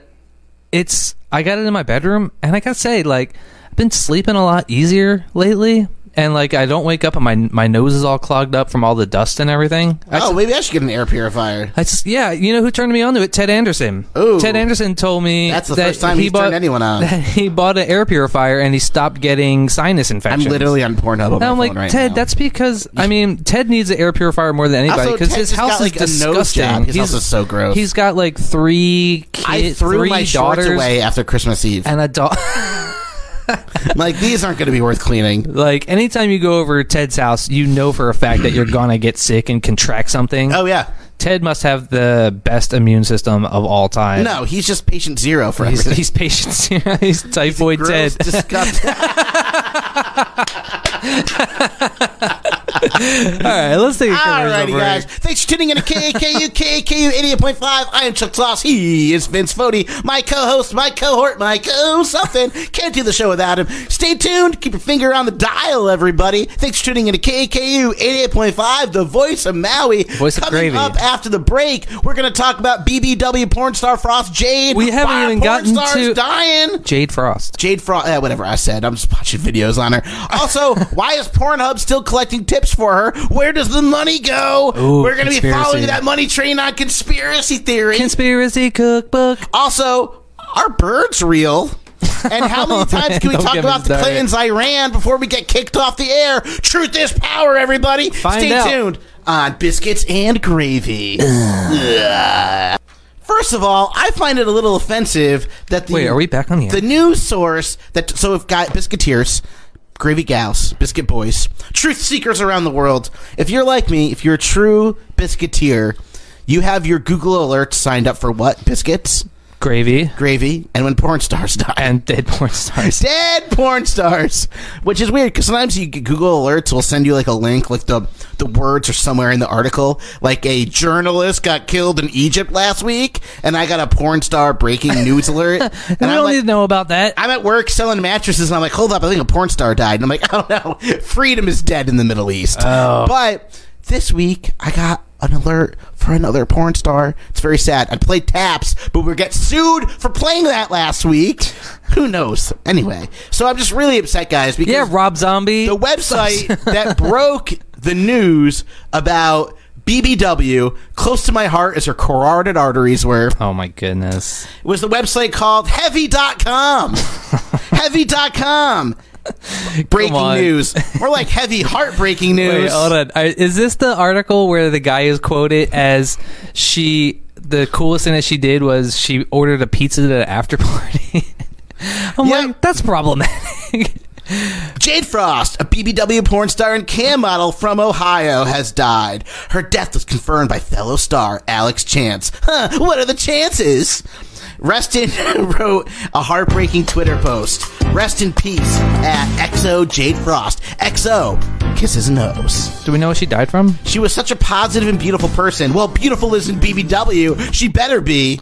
[SPEAKER 2] it's I got it in my bedroom, and I gotta say, like, I've been sleeping a lot easier lately. And like I don't wake up and my my nose is all clogged up from all the dust and everything. I
[SPEAKER 5] oh, maybe I should get an air purifier.
[SPEAKER 2] I just, yeah, you know who turned me on to it? Ted Anderson.
[SPEAKER 5] Ooh.
[SPEAKER 2] Ted Anderson told me
[SPEAKER 5] That's the
[SPEAKER 2] that
[SPEAKER 5] first time
[SPEAKER 2] he
[SPEAKER 5] he's
[SPEAKER 2] bought,
[SPEAKER 5] turned anyone on.
[SPEAKER 2] that he bought an air purifier and he stopped getting sinus
[SPEAKER 5] I'm
[SPEAKER 2] infections.
[SPEAKER 5] literally on Pornhub. On
[SPEAKER 2] And
[SPEAKER 5] my
[SPEAKER 2] I'm like
[SPEAKER 5] phone right
[SPEAKER 2] Ted.
[SPEAKER 5] now.
[SPEAKER 2] That's because I mean Ted needs an air purifier more than anybody
[SPEAKER 5] Also,
[SPEAKER 2] because
[SPEAKER 5] Ted
[SPEAKER 2] his
[SPEAKER 5] just
[SPEAKER 2] house
[SPEAKER 5] got,
[SPEAKER 2] is
[SPEAKER 5] like, a nose job.
[SPEAKER 2] disgusting.
[SPEAKER 5] His house is so gross.
[SPEAKER 2] He's got like three kids,
[SPEAKER 5] I threw
[SPEAKER 2] three
[SPEAKER 5] my
[SPEAKER 2] daughters
[SPEAKER 5] shorts away after Christmas Eve.
[SPEAKER 2] and a dog.
[SPEAKER 5] I'm like these aren't going to be worth cleaning.
[SPEAKER 2] like anytime you go over to Ted's house, you know for a fact that you're gonna get sick and contract something.
[SPEAKER 5] Oh yeah,
[SPEAKER 2] Ted must have the best immune system of all time.
[SPEAKER 5] no, he's just patient zero for
[SPEAKER 2] He's,
[SPEAKER 5] everything.
[SPEAKER 2] he's patient. zero. he's typhoid Ted.
[SPEAKER 5] Gross, disgusting.
[SPEAKER 2] All right, let's take a commercial
[SPEAKER 5] Alrighty,
[SPEAKER 2] break.
[SPEAKER 5] guys. Thanks for tuning in to KKU, KKU 88.5. I am Chuck Kloss. He is Vince Fodi, my co host, my cohort, my co something. Can't do the show without him. Stay tuned. Keep your finger on the dial, everybody. Thanks for tuning in to KKU 88.5, the voice of Maui.
[SPEAKER 2] Voice of
[SPEAKER 5] Coming
[SPEAKER 2] gravy.
[SPEAKER 5] up after the break, we're going to talk about BBW porn star Frost Jade.
[SPEAKER 2] We haven't
[SPEAKER 5] Why are
[SPEAKER 2] even
[SPEAKER 5] porn
[SPEAKER 2] gotten
[SPEAKER 5] stars
[SPEAKER 2] to-
[SPEAKER 5] dying.
[SPEAKER 2] Jade Frost.
[SPEAKER 5] Jade Frost, eh, whatever I said, I'm just watching videos on her. Also, why is Pornhub still collecting tips for her? Where does the money go?
[SPEAKER 2] Ooh,
[SPEAKER 5] We're going to be
[SPEAKER 2] conspiracy.
[SPEAKER 5] following that money train on conspiracy theory.
[SPEAKER 2] Conspiracy cookbook.
[SPEAKER 5] also, are birds real? And how many times can we
[SPEAKER 2] Don't
[SPEAKER 5] talk
[SPEAKER 2] get me
[SPEAKER 5] about the
[SPEAKER 2] started.
[SPEAKER 5] Clintons, Iran, before we get kicked off the air? Truth is power, everybody. Stay
[SPEAKER 2] out.
[SPEAKER 5] tuned on Biscuits and Gravy. Ugh. First of all, I find it a little offensive that the
[SPEAKER 2] Wait, are we back on the air?
[SPEAKER 5] the news source that so if guy biscuiteers Gravy Gals, Biscuit Boys, truth seekers around the world. If you're like me, if you're a true biscuiteer, you have your Google Alerts signed up for what? Biscuits,
[SPEAKER 2] Gravy
[SPEAKER 5] gravy, and when porn stars die.
[SPEAKER 2] and dead porn stars.
[SPEAKER 5] dead porn stars, which is weird because sometimes you get Google alerts will send you like a link, like the the words are somewhere in the article, like a journalist got killed in Egypt last week, and I got a porn star breaking news alert, and
[SPEAKER 2] we
[SPEAKER 5] I'm
[SPEAKER 2] don't
[SPEAKER 5] like.
[SPEAKER 2] need to know about that.
[SPEAKER 5] I'm at work selling mattresses, and I'm like, hold up, I think a porn star died. And I'm like, oh no, freedom is dead in the Middle East.
[SPEAKER 2] Oh.
[SPEAKER 5] But this week, I got an alert for another porn star. It's very sad. I played Taps, but we got sued for playing that last week. Who knows? Anyway, so I'm just really upset, guys, because
[SPEAKER 2] yeah, Rob Zombie.
[SPEAKER 5] the website that broke the news about BBW, close to my heart as her carotid arteries were
[SPEAKER 2] Oh my goodness.
[SPEAKER 5] was the website called heavy.com. heavy.com. Breaking
[SPEAKER 2] on.
[SPEAKER 5] news. More like heavy heartbreaking news.
[SPEAKER 2] Wait, hold on. I- Is this the article where the guy is quoted as she? The coolest thing that she did was she ordered a pizza at an after party. I'm
[SPEAKER 5] Yep.
[SPEAKER 2] like, that's problematic.
[SPEAKER 5] Jade Frost, a BBW porn star and cam model from Ohio, has died. Her death was confirmed by fellow star Alex Chance. Huh, what are the chances? Reston wrote a heartbreaking Twitter post. Rest in peace at XO Jade Frost. XO kisses and nose.
[SPEAKER 2] Do we know what she died from?
[SPEAKER 5] She was such a positive and beautiful person. Well, beautiful isn't BBW. She better be.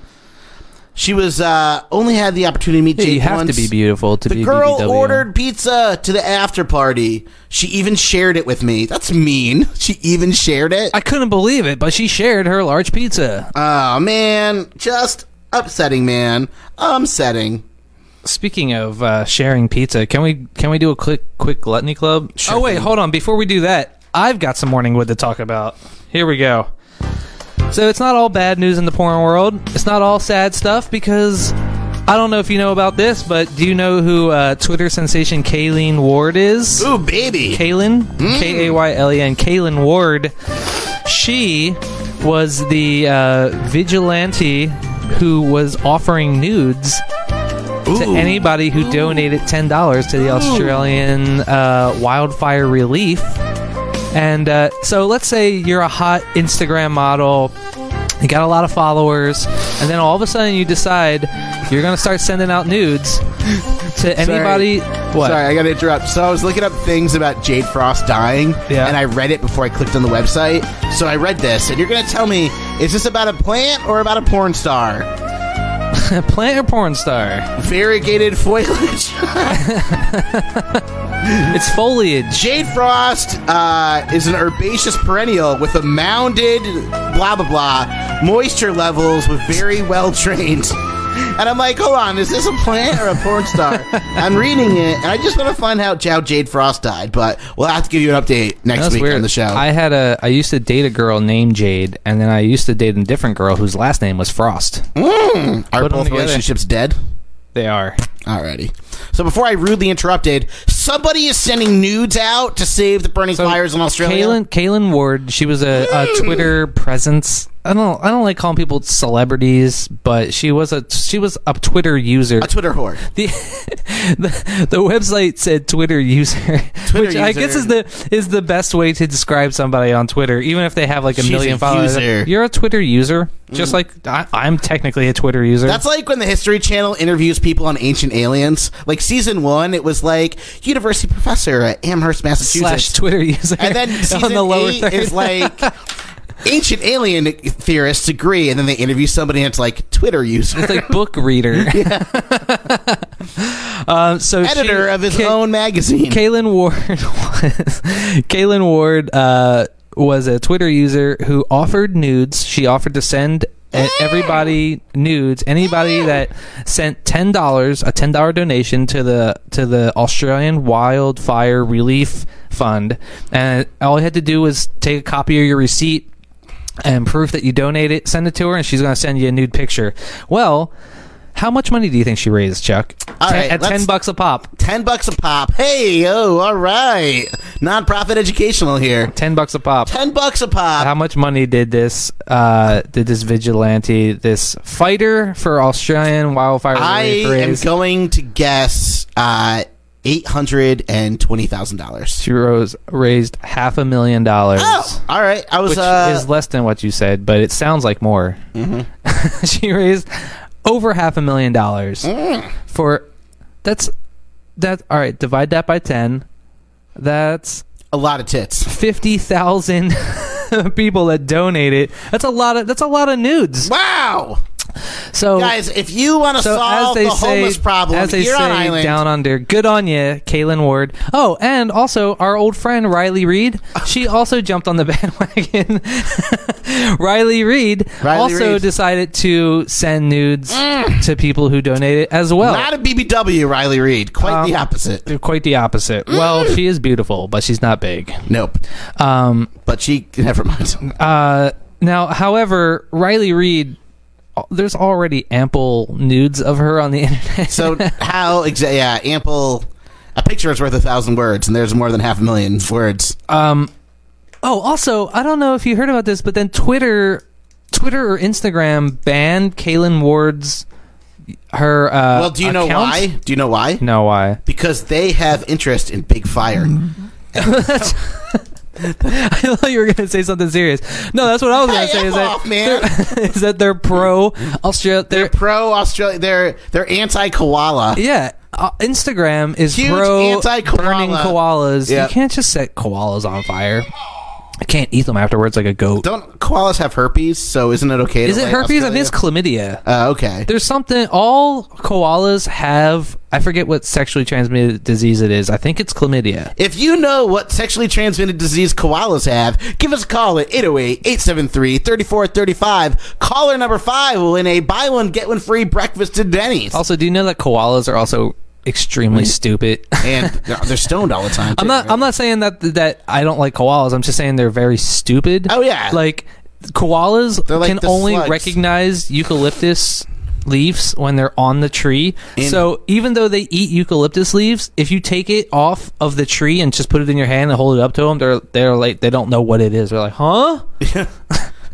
[SPEAKER 5] She was uh, only had the opportunity to meet Jade
[SPEAKER 2] you have to
[SPEAKER 5] once.
[SPEAKER 2] be beautiful to
[SPEAKER 5] the
[SPEAKER 2] be
[SPEAKER 5] girl
[SPEAKER 2] BBW.
[SPEAKER 5] ordered pizza to the after party. She even shared it with me. That's mean. She even shared it.
[SPEAKER 2] I couldn't believe it, but she shared her large pizza.
[SPEAKER 5] oh man, just upsetting, man. Upsetting.
[SPEAKER 2] Speaking of uh, sharing pizza, can we can we do a quick quick gluttony club? oh wait, hold on. Before we do that, I've got some morning wood to talk about. Here we go. So it's not all bad news in the porn world. It's not all sad stuff because I don't know if you know about this, but do you know who uh, Twitter sensation Kayleen Ward is?
[SPEAKER 5] Ooh, baby.
[SPEAKER 2] Kaylin, K A Y L E N, Kaylin Ward. She was the uh, vigilante who was offering nudes to anybody who donated ten dollars to the Australian uh, wildfire relief. And uh, so, let's say you're a hot Instagram model. You got a lot of followers, and then all of a sudden you decide you're going to start sending out nudes to anybody. What?
[SPEAKER 5] Sorry, I got to interrupt. So I was looking up things about Jade Frost dying,
[SPEAKER 2] Yeah.
[SPEAKER 5] and I read it before I clicked on the website. So I read this, and you're going to tell me, is this about a plant or about a porn star?
[SPEAKER 2] Plant or porn star?
[SPEAKER 5] Variegated foliage.
[SPEAKER 2] It's foliage.
[SPEAKER 5] Jade Frost uh, is an herbaceous perennial with a mounded blah blah blah moisture levels with very well trained. And I'm like, hold on, is this a plant or a porn star? I'm reading it, and I just want to find out how Jade Frost died. But we'll have to give you an update next
[SPEAKER 2] That's
[SPEAKER 5] week
[SPEAKER 2] weird.
[SPEAKER 5] on the show.
[SPEAKER 2] I had a I used to date a girl named Jade, and then I used to date a different girl whose last name was Frost.
[SPEAKER 5] Are
[SPEAKER 2] Put 'em
[SPEAKER 5] both
[SPEAKER 2] together.
[SPEAKER 5] relationships dead?
[SPEAKER 2] They are.
[SPEAKER 5] Alrighty. So before I rudely interrupted, somebody is sending nudes out to save the burning fires in Australia.
[SPEAKER 2] Kaylin Kaylin Ward. She was a, a Twitter presence. I don't I don't like calling people celebrities, but she was a she was a Twitter user.
[SPEAKER 5] a Twitter whore.
[SPEAKER 2] the, the the website said Twitter user,
[SPEAKER 5] Twitter
[SPEAKER 2] which I guess
[SPEAKER 5] user.
[SPEAKER 2] is the is the best way to describe somebody on Twitter, even if they have like a
[SPEAKER 5] She's a
[SPEAKER 2] million followers.
[SPEAKER 5] user. Mm.
[SPEAKER 2] You're a Twitter user, just like I, I'm technically a Twitter user.
[SPEAKER 5] That's like when the History Channel interviews people on ancient aliens. Like season one, it was like university professor at Amherst,
[SPEAKER 2] slash
[SPEAKER 5] Massachusetts.
[SPEAKER 2] Twitter user,
[SPEAKER 5] and then season
[SPEAKER 2] on the lower
[SPEAKER 5] eight
[SPEAKER 2] third.
[SPEAKER 5] is like ancient alien theorists agree, and then they interview somebody and it's like Twitter user,
[SPEAKER 2] It's like book reader. um, so
[SPEAKER 5] editor
[SPEAKER 2] she-
[SPEAKER 5] of his
[SPEAKER 2] Ka-
[SPEAKER 5] own magazine.
[SPEAKER 2] Kaylin Ward was Kaylin Ward uh, was a Twitter user who offered nudes. She offered to send e- everybody nudes. Anybody that sent ten dollars, a ten dollar donation to the to the Australian Wildfire Relief Fund, and all you had to do was take a copy of your receipt and proof that you donated. Send it to her, and she's going to send you a nude picture. Well. How much money do you think she raised, Chuck?
[SPEAKER 5] All
[SPEAKER 2] Ten-
[SPEAKER 5] right,
[SPEAKER 2] at ten
[SPEAKER 5] let's-
[SPEAKER 2] bucks a pop.
[SPEAKER 5] Ten bucks a pop. Hey, oh, all right. Nonprofit educational here.
[SPEAKER 2] Ten bucks a pop.
[SPEAKER 5] Ten bucks a pop.
[SPEAKER 2] how much money did this uh, did this vigilante, this fighter for Australian wildfire
[SPEAKER 5] I
[SPEAKER 2] relief
[SPEAKER 5] am
[SPEAKER 2] raise?
[SPEAKER 5] going to guess uh, eight hundred and twenty thousand dollars.
[SPEAKER 2] She rose, raised half a million dollars.
[SPEAKER 5] Oh, all right. I was
[SPEAKER 2] Which
[SPEAKER 5] uh,
[SPEAKER 2] is less than what you said, but it sounds like more.
[SPEAKER 5] Mm-hmm.
[SPEAKER 2] she raised over half a million dollars
[SPEAKER 5] Mm.
[SPEAKER 2] for that's that. All right, divide that by ten. That's
[SPEAKER 5] a lot of tits.
[SPEAKER 2] fifty thousand people that donate it. That's a lot of that's a lot of nudes.
[SPEAKER 5] Wow,
[SPEAKER 2] So
[SPEAKER 5] guys, if you want to
[SPEAKER 2] so as
[SPEAKER 5] solve
[SPEAKER 2] they
[SPEAKER 5] the
[SPEAKER 2] say,
[SPEAKER 5] homeless problem
[SPEAKER 2] as they
[SPEAKER 5] here
[SPEAKER 2] say,
[SPEAKER 5] on Island,
[SPEAKER 2] down under. Good on you, Kaylin Ward. Oh, and also our old friend Riley Reed. She also jumped on the bandwagon. Riley Reed
[SPEAKER 5] Riley
[SPEAKER 2] also
[SPEAKER 5] Reed. Mm.
[SPEAKER 2] decided to send nudes to people who donated as well.
[SPEAKER 5] not a BBW, Riley Reed. Quite the
[SPEAKER 2] Um,
[SPEAKER 5] opposite.
[SPEAKER 2] Quite the opposite.
[SPEAKER 5] Mm-hmm.
[SPEAKER 2] Well, she is beautiful, but she's not big.
[SPEAKER 5] Nope.
[SPEAKER 2] Um,
[SPEAKER 5] But she never mind.
[SPEAKER 2] Uh, now, however, Riley Reed, there's already ample nudes of her on the internet.
[SPEAKER 5] So how exactly? Yeah, ample. A picture is worth a thousand words, and there's more than half a million words.
[SPEAKER 2] Oh, also, I don't know if you heard about this, but then Twitter, Twitter or Instagram banned Kaylin Ward's her. Uh,
[SPEAKER 5] well, do you know
[SPEAKER 2] account?
[SPEAKER 5] why? Do you know why?
[SPEAKER 2] No, why?
[SPEAKER 5] Because they have interest in Big Fire.
[SPEAKER 2] Mm. I thought you were going to say something serious. No, that's what I was going
[SPEAKER 5] Hey,
[SPEAKER 2] to say. Is
[SPEAKER 5] F off,
[SPEAKER 2] that,
[SPEAKER 5] man.
[SPEAKER 2] is that they're pro Australia? They're,
[SPEAKER 5] They're pro Australia. They're they're anti koala.
[SPEAKER 2] yeah. Uh, Instagram is
[SPEAKER 5] Huge
[SPEAKER 2] pro
[SPEAKER 5] anti-koala.
[SPEAKER 2] burning koalas.
[SPEAKER 5] Yep.
[SPEAKER 2] You can't just set koalas on fire. I can't eat them afterwards like a goat.
[SPEAKER 5] Don't koalas have herpes? So isn't it okay?
[SPEAKER 2] Is
[SPEAKER 5] to
[SPEAKER 2] it
[SPEAKER 5] like
[SPEAKER 2] herpes? I
[SPEAKER 5] Australia?
[SPEAKER 2] think it's chlamydia.
[SPEAKER 5] Uh, okay.
[SPEAKER 2] There's something all koalas have. I forget what sexually transmitted disease it is. I think it's chlamydia.
[SPEAKER 5] If you know what sexually transmitted disease koalas have, give us a call at 808-873-3435. Caller number five will win a buy one get one free breakfast to Denny's.
[SPEAKER 2] Also, do you know that koalas are also
[SPEAKER 5] Mm-hmm.
[SPEAKER 2] extremely stupid?
[SPEAKER 5] and they're, they're stoned all the time.
[SPEAKER 2] I'm
[SPEAKER 5] too,
[SPEAKER 2] not.
[SPEAKER 5] right?
[SPEAKER 2] I'm not saying that that I don't like koalas. I'm just saying they're very stupid.
[SPEAKER 5] Oh, yeah.
[SPEAKER 2] like koalas
[SPEAKER 5] They're like
[SPEAKER 2] can
[SPEAKER 5] the
[SPEAKER 2] only
[SPEAKER 5] slugs.
[SPEAKER 2] recognize eucalyptus leaves when they're on the tree.
[SPEAKER 5] And-
[SPEAKER 2] so even though they eat eucalyptus leaves, if you take it off of the tree and just put it in your hand and hold it up to them, they're they're like they don't know what it is. They're like, huh?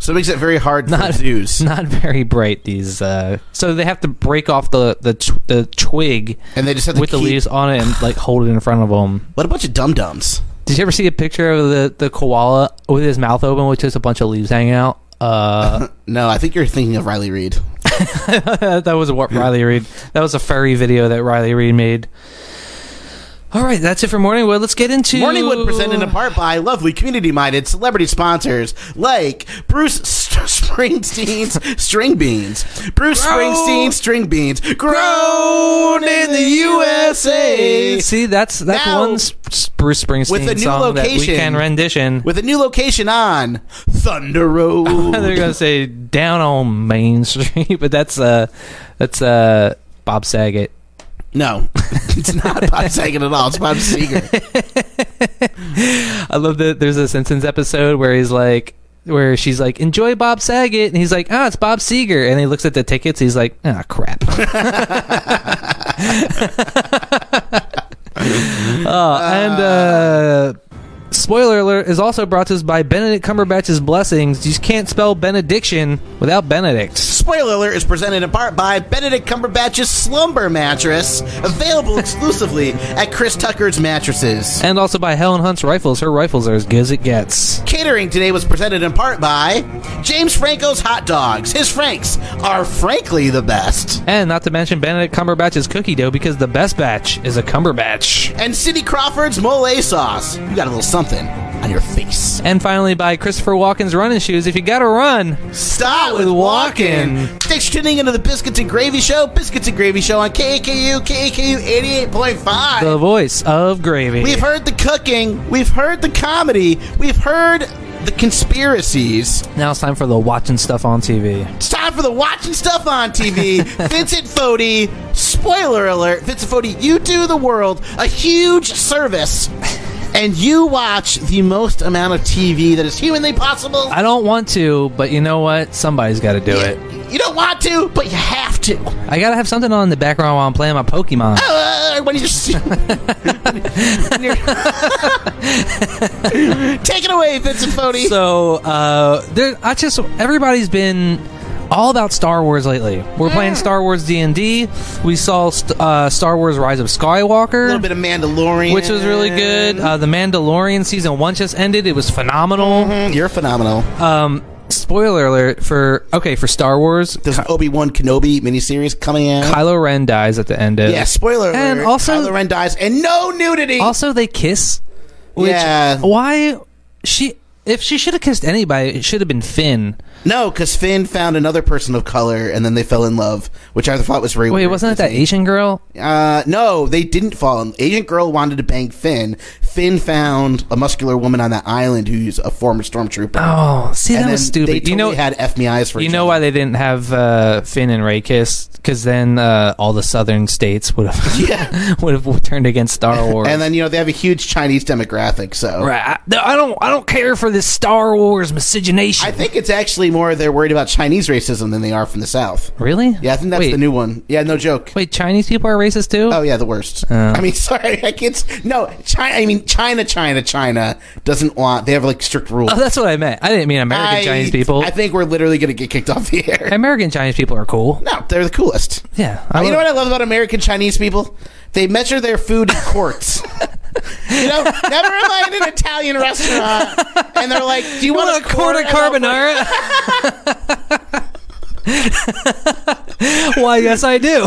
[SPEAKER 5] So it makes it very hard
[SPEAKER 2] Not-
[SPEAKER 5] for zoos.
[SPEAKER 2] Not very bright. These. Uh, so they have to break off the the tw- the twig
[SPEAKER 5] And they just have to
[SPEAKER 2] with the
[SPEAKER 5] keep-
[SPEAKER 2] leaves on it and like hold it in front of them.
[SPEAKER 5] What a bunch of dum dums.
[SPEAKER 2] Did you ever see a picture of the, the koala with his mouth open with just a bunch of leaves hanging out? Uh,
[SPEAKER 5] No, I think you're thinking of Riley Reed.
[SPEAKER 2] that was what Riley Reed. That was a furry video that Riley Reed made. All right, that's it for Morningwood. Let's get into
[SPEAKER 5] Morningwood presented in part by lovely community-minded celebrity sponsors like Bruce S- Springsteen's String Beans, Bruce Springsteen's String Beans, grown in the USA.
[SPEAKER 2] See, that's that's
[SPEAKER 5] Now-
[SPEAKER 2] one S- S- Bruce Springsteen
[SPEAKER 5] With a new
[SPEAKER 2] song that we
[SPEAKER 5] location.
[SPEAKER 2] can rendition.
[SPEAKER 5] With a new location on Thunder
[SPEAKER 2] They're
[SPEAKER 5] Road.
[SPEAKER 2] gonna say down on Main Street, but that's uh that's uh Bob Saget.
[SPEAKER 5] no, it's not Bob Saget at all. It's Bob Seger.
[SPEAKER 2] I love that there's a Simpsons episode where he's like, where she's like, enjoy Bob Saget. And he's like, ah, it's Bob Seger. And he looks at the tickets. He's like, ah, crap. Uh, and, uh, spoiler alert is also brought to us by Benedict Cumberbatch's blessings. You can't spell benediction without Benedict.
[SPEAKER 5] Spoiler alert is presented in part by Benedict Cumberbatch's Slumber Mattress, available exclusively at Chris Tucker's Mattresses.
[SPEAKER 2] And also by Helen Hunt's rifles. Her rifles are as good as it gets.
[SPEAKER 5] Catering today was presented in part by James Franco's Hot Dogs. His Franks are frankly the best.
[SPEAKER 2] And not to mention Benedict Cumberbatch's cookie dough because the best batch is a Cumberbatch.
[SPEAKER 5] And Cindy Crawford's Mole Sauce. You got a little something on your face.
[SPEAKER 2] And finally, by Christopher Walken's running shoes. If you gotta run,
[SPEAKER 5] Start with walking. Thanks for tuning into the Biscuits and Gravy Show. Biscuits and Gravy Show on KAKU, KAKU 88.5.
[SPEAKER 2] the voice of gravy.
[SPEAKER 5] We've heard the cooking. We've heard the comedy. We've heard the conspiracies.
[SPEAKER 2] now it's time for the watching stuff on TV.
[SPEAKER 5] It's time for the watching stuff on TV. Vincent Fodi, spoiler alert, Vincent Fodi, you do the world a huge service and you watch the most amount of TV that is humanly possible.
[SPEAKER 2] I don't want to, but you know what? Somebody's gotta do it.
[SPEAKER 5] You don't want to, but you have to.
[SPEAKER 2] I gotta have something on in the background while I'm playing my Pokemon.
[SPEAKER 5] Uh, when you're, when you're- Take it away, Vincent Fodi.
[SPEAKER 2] So, uh, there, I just, everybody's been all about Star Wars lately. We're playing
[SPEAKER 5] Mm.
[SPEAKER 2] Star Wars D and D. We saw st- uh, Star Wars Rise of Skywalker.
[SPEAKER 5] A little bit of Mandalorian,
[SPEAKER 2] which was really good. Uh, the Mandalorian season one just ended. It was phenomenal.
[SPEAKER 5] Mhm, You're phenomenal.
[SPEAKER 2] Um, spoiler alert for okay for Star Wars,
[SPEAKER 5] There's an Obi Wan Kenobi miniseries coming out.
[SPEAKER 2] Kylo Ren dies at the end of.
[SPEAKER 5] yeah, spoiler
[SPEAKER 2] And
[SPEAKER 5] alert,
[SPEAKER 2] also-
[SPEAKER 5] Kylo Ren dies, and no nudity.
[SPEAKER 2] Also, they kiss. Which,
[SPEAKER 5] Yeah.
[SPEAKER 2] Why she? If she should have kissed anybody, it should have been Finn.
[SPEAKER 5] no, because Finn found another person of color, and then they fell in love, which I thought was really
[SPEAKER 2] Wait,
[SPEAKER 5] weird.
[SPEAKER 2] wasn't it that Asian girl?
[SPEAKER 5] Uh, no, they didn't fall. in- Agent Girl wanted to bang Finn. Finn found a muscular woman on that island who's a former stormtrooper.
[SPEAKER 2] Oh, see, that was stupid.
[SPEAKER 5] They
[SPEAKER 2] you know,
[SPEAKER 5] totally had F me eyes for
[SPEAKER 2] you
[SPEAKER 5] each
[SPEAKER 2] know
[SPEAKER 5] other.
[SPEAKER 2] why they didn't have uh, Finn and Ray kiss? Because then uh, all the southern states would have
[SPEAKER 5] Yeah.
[SPEAKER 2] would have turned against Star Wars.
[SPEAKER 5] And then you know they have a huge Chinese demographic, so
[SPEAKER 2] Right. I, no, I don't. I don't care for this Star Wars miscegenation.
[SPEAKER 5] I think it's actually more they're worried about Chinese racism than they are from the South.
[SPEAKER 2] really?
[SPEAKER 5] Yeah, I think that's
[SPEAKER 2] wait,
[SPEAKER 5] the new one. Yeah, no joke.
[SPEAKER 2] Wait, Chinese people are racist too.
[SPEAKER 5] Oh yeah, the worst. I mean, sorry, I can't. s- No, China. I mean, China, China, China doesn't want. They have like strict rules.
[SPEAKER 2] Oh, that's what I meant. I didn't mean American
[SPEAKER 5] I-
[SPEAKER 2] Chinese people.
[SPEAKER 5] I think we're literally gonna get kicked off the air.
[SPEAKER 2] American Chinese people are cool.
[SPEAKER 5] No, they're the coolest.
[SPEAKER 2] Yeah.
[SPEAKER 5] Uh,
[SPEAKER 2] I
[SPEAKER 5] you know
[SPEAKER 2] love-
[SPEAKER 5] what I love about American Chinese people? They measure their food in quarts. you know, never am I in an Italian restaurant and they're like, "Do you
[SPEAKER 2] You
[SPEAKER 5] want,
[SPEAKER 2] want a quart of
[SPEAKER 5] And I'll put-
[SPEAKER 2] carbonara? Why, yes, I do.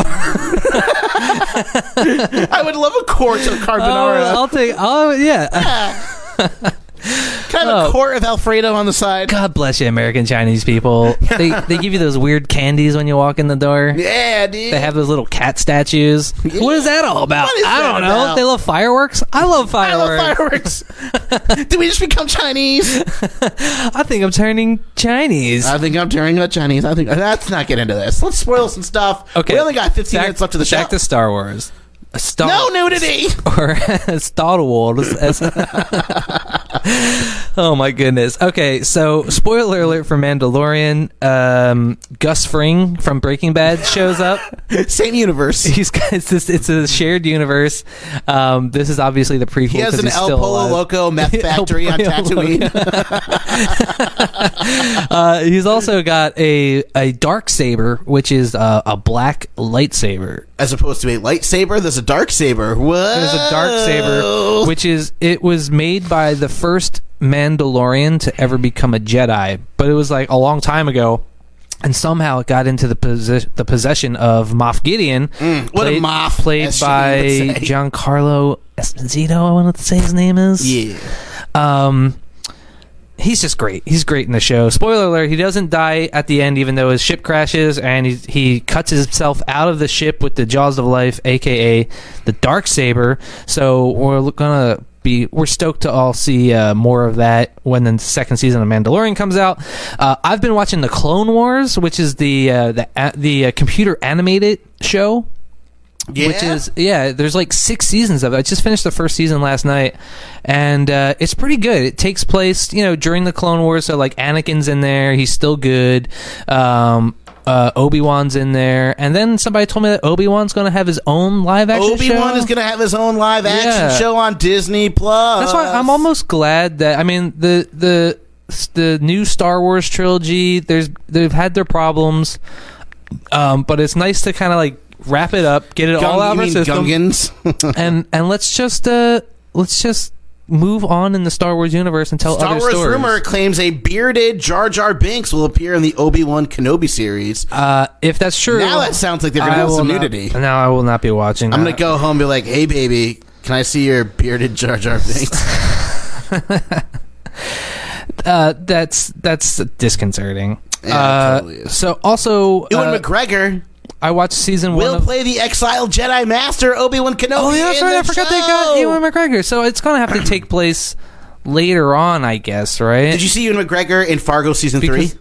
[SPEAKER 5] I would love a quart of carbonara.
[SPEAKER 2] Oh, I'll, I'll take. Oh, yeah.
[SPEAKER 5] Can I have
[SPEAKER 2] oh.
[SPEAKER 5] a quart of Alfredo on the side?
[SPEAKER 2] God bless you, American Chinese people. They they give you those weird candies when you walk in the door.
[SPEAKER 5] Yeah, dude.
[SPEAKER 2] They have those little cat statues. What is that all about?
[SPEAKER 5] What is
[SPEAKER 2] I
[SPEAKER 5] that
[SPEAKER 2] don't know.
[SPEAKER 5] about?
[SPEAKER 2] They love fireworks. I love
[SPEAKER 5] I
[SPEAKER 2] fireworks. I,
[SPEAKER 5] love fireworks. Did we just become Chinese?
[SPEAKER 2] think I'm turning Chinese.
[SPEAKER 5] I think I'm turning a Chinese. I think let's not get into this. Let's spoil some stuff.
[SPEAKER 2] okay,
[SPEAKER 5] we only got 15
[SPEAKER 2] back,
[SPEAKER 5] minutes left to the show.
[SPEAKER 2] back to Star Wars. A Star
[SPEAKER 5] no nudity.
[SPEAKER 2] or Star Wars. as- oh my goodness. Okay, so spoiler alert for Mandalorian. Um, Gus Fring from Breaking Bad shows up.
[SPEAKER 5] Same universe.
[SPEAKER 2] He's got- it's this, it's a shared universe. Um, this is obviously the prequel.
[SPEAKER 5] He has
[SPEAKER 2] 'cause
[SPEAKER 5] an
[SPEAKER 2] he's
[SPEAKER 5] El
[SPEAKER 2] still
[SPEAKER 5] Polo
[SPEAKER 2] alive.
[SPEAKER 5] Loco meth
[SPEAKER 2] El
[SPEAKER 5] factory on
[SPEAKER 2] Pollo
[SPEAKER 5] Tatooine.
[SPEAKER 2] Uh, he's also got a a dark saber, which is uh, a black lightsaber.
[SPEAKER 5] as opposed to a lightsaber. There's a dark saber. What?
[SPEAKER 2] There's a dark
[SPEAKER 5] Oh.
[SPEAKER 2] saber, which is it was made by the first Mandalorian to ever become a Jedi, but it was like a long time ago, and somehow it got into the posi- the possession of Moff Gideon.
[SPEAKER 5] Mm, what a
[SPEAKER 2] played,
[SPEAKER 5] Moff,
[SPEAKER 2] played
[SPEAKER 5] as she
[SPEAKER 2] by
[SPEAKER 5] would say.
[SPEAKER 2] Giancarlo Esposito. I want to say his name is.
[SPEAKER 5] Yeah.
[SPEAKER 2] Um, he's just great. He's great in the show. Spoiler alert: he doesn't die at the end, even though his ship crashes, and he he cuts himself out of the ship with the jaws of life, aka the dark saber. So we're gonna. Be, we're stoked to all see uh, more of that when the second season of Mandalorian comes out. Uh, I've been watching the Clone Wars, which is the uh, the a- the uh, computer animated show
[SPEAKER 5] Yeah.
[SPEAKER 2] which is yeah there's like six seasons of it i just finished the first season last night and uh, it's pretty good it takes place you know during the clone wars so like anakin's in there he's still good um, uh, obi-wan's in there and then somebody told me that obi-wan's going to have his own live action
[SPEAKER 5] Obi Wan
[SPEAKER 2] show.
[SPEAKER 5] is gonna have his own live action
[SPEAKER 2] Yeah.
[SPEAKER 5] show on Disney Plus.
[SPEAKER 2] That's why I'm almost glad that I mean the the the new Star Wars trilogy. There's they've had their problems, um, but it's nice to kind of like wrap it up, get it
[SPEAKER 5] Gung-
[SPEAKER 2] all out of
[SPEAKER 5] you
[SPEAKER 2] our
[SPEAKER 5] mean
[SPEAKER 2] system,
[SPEAKER 5] Gungans?
[SPEAKER 2] and and let's just uh let's just move on in the Star Wars universe and tell
[SPEAKER 5] Star
[SPEAKER 2] other
[SPEAKER 5] Wars
[SPEAKER 2] stories.
[SPEAKER 5] rumor claims a bearded Jar Jar Binks will appear in the Obi Wan Kenobi series.
[SPEAKER 2] Uh, if that's true,
[SPEAKER 5] Now it sounds like they're gonna
[SPEAKER 2] I
[SPEAKER 5] have
[SPEAKER 2] will
[SPEAKER 5] some
[SPEAKER 2] not-
[SPEAKER 5] nudity.
[SPEAKER 2] Now I will not be watching.
[SPEAKER 5] I'm
[SPEAKER 2] that.
[SPEAKER 5] gonna go home and be like, "Hey, baby, can I see your bearded Jar Jar Binks?"
[SPEAKER 2] Uh, that's that's disconcerting.
[SPEAKER 5] Yeah, it
[SPEAKER 2] uh,
[SPEAKER 5] totally is.
[SPEAKER 2] so also,
[SPEAKER 5] Ewan
[SPEAKER 2] uh,
[SPEAKER 5] McGregor
[SPEAKER 2] I watched season
[SPEAKER 5] will
[SPEAKER 2] one. Of,
[SPEAKER 5] play the exiled Jedi Master Obi Wan Kenobi.
[SPEAKER 2] Oh yeah, that's
[SPEAKER 5] in
[SPEAKER 2] right.
[SPEAKER 5] the
[SPEAKER 2] I forgot they
[SPEAKER 5] show.
[SPEAKER 2] got Ewan McGregor. So it's gonna have to take place later on, I guess, right?
[SPEAKER 5] Did you see Ewan McGregor in Fargo season
[SPEAKER 2] Because-
[SPEAKER 5] three?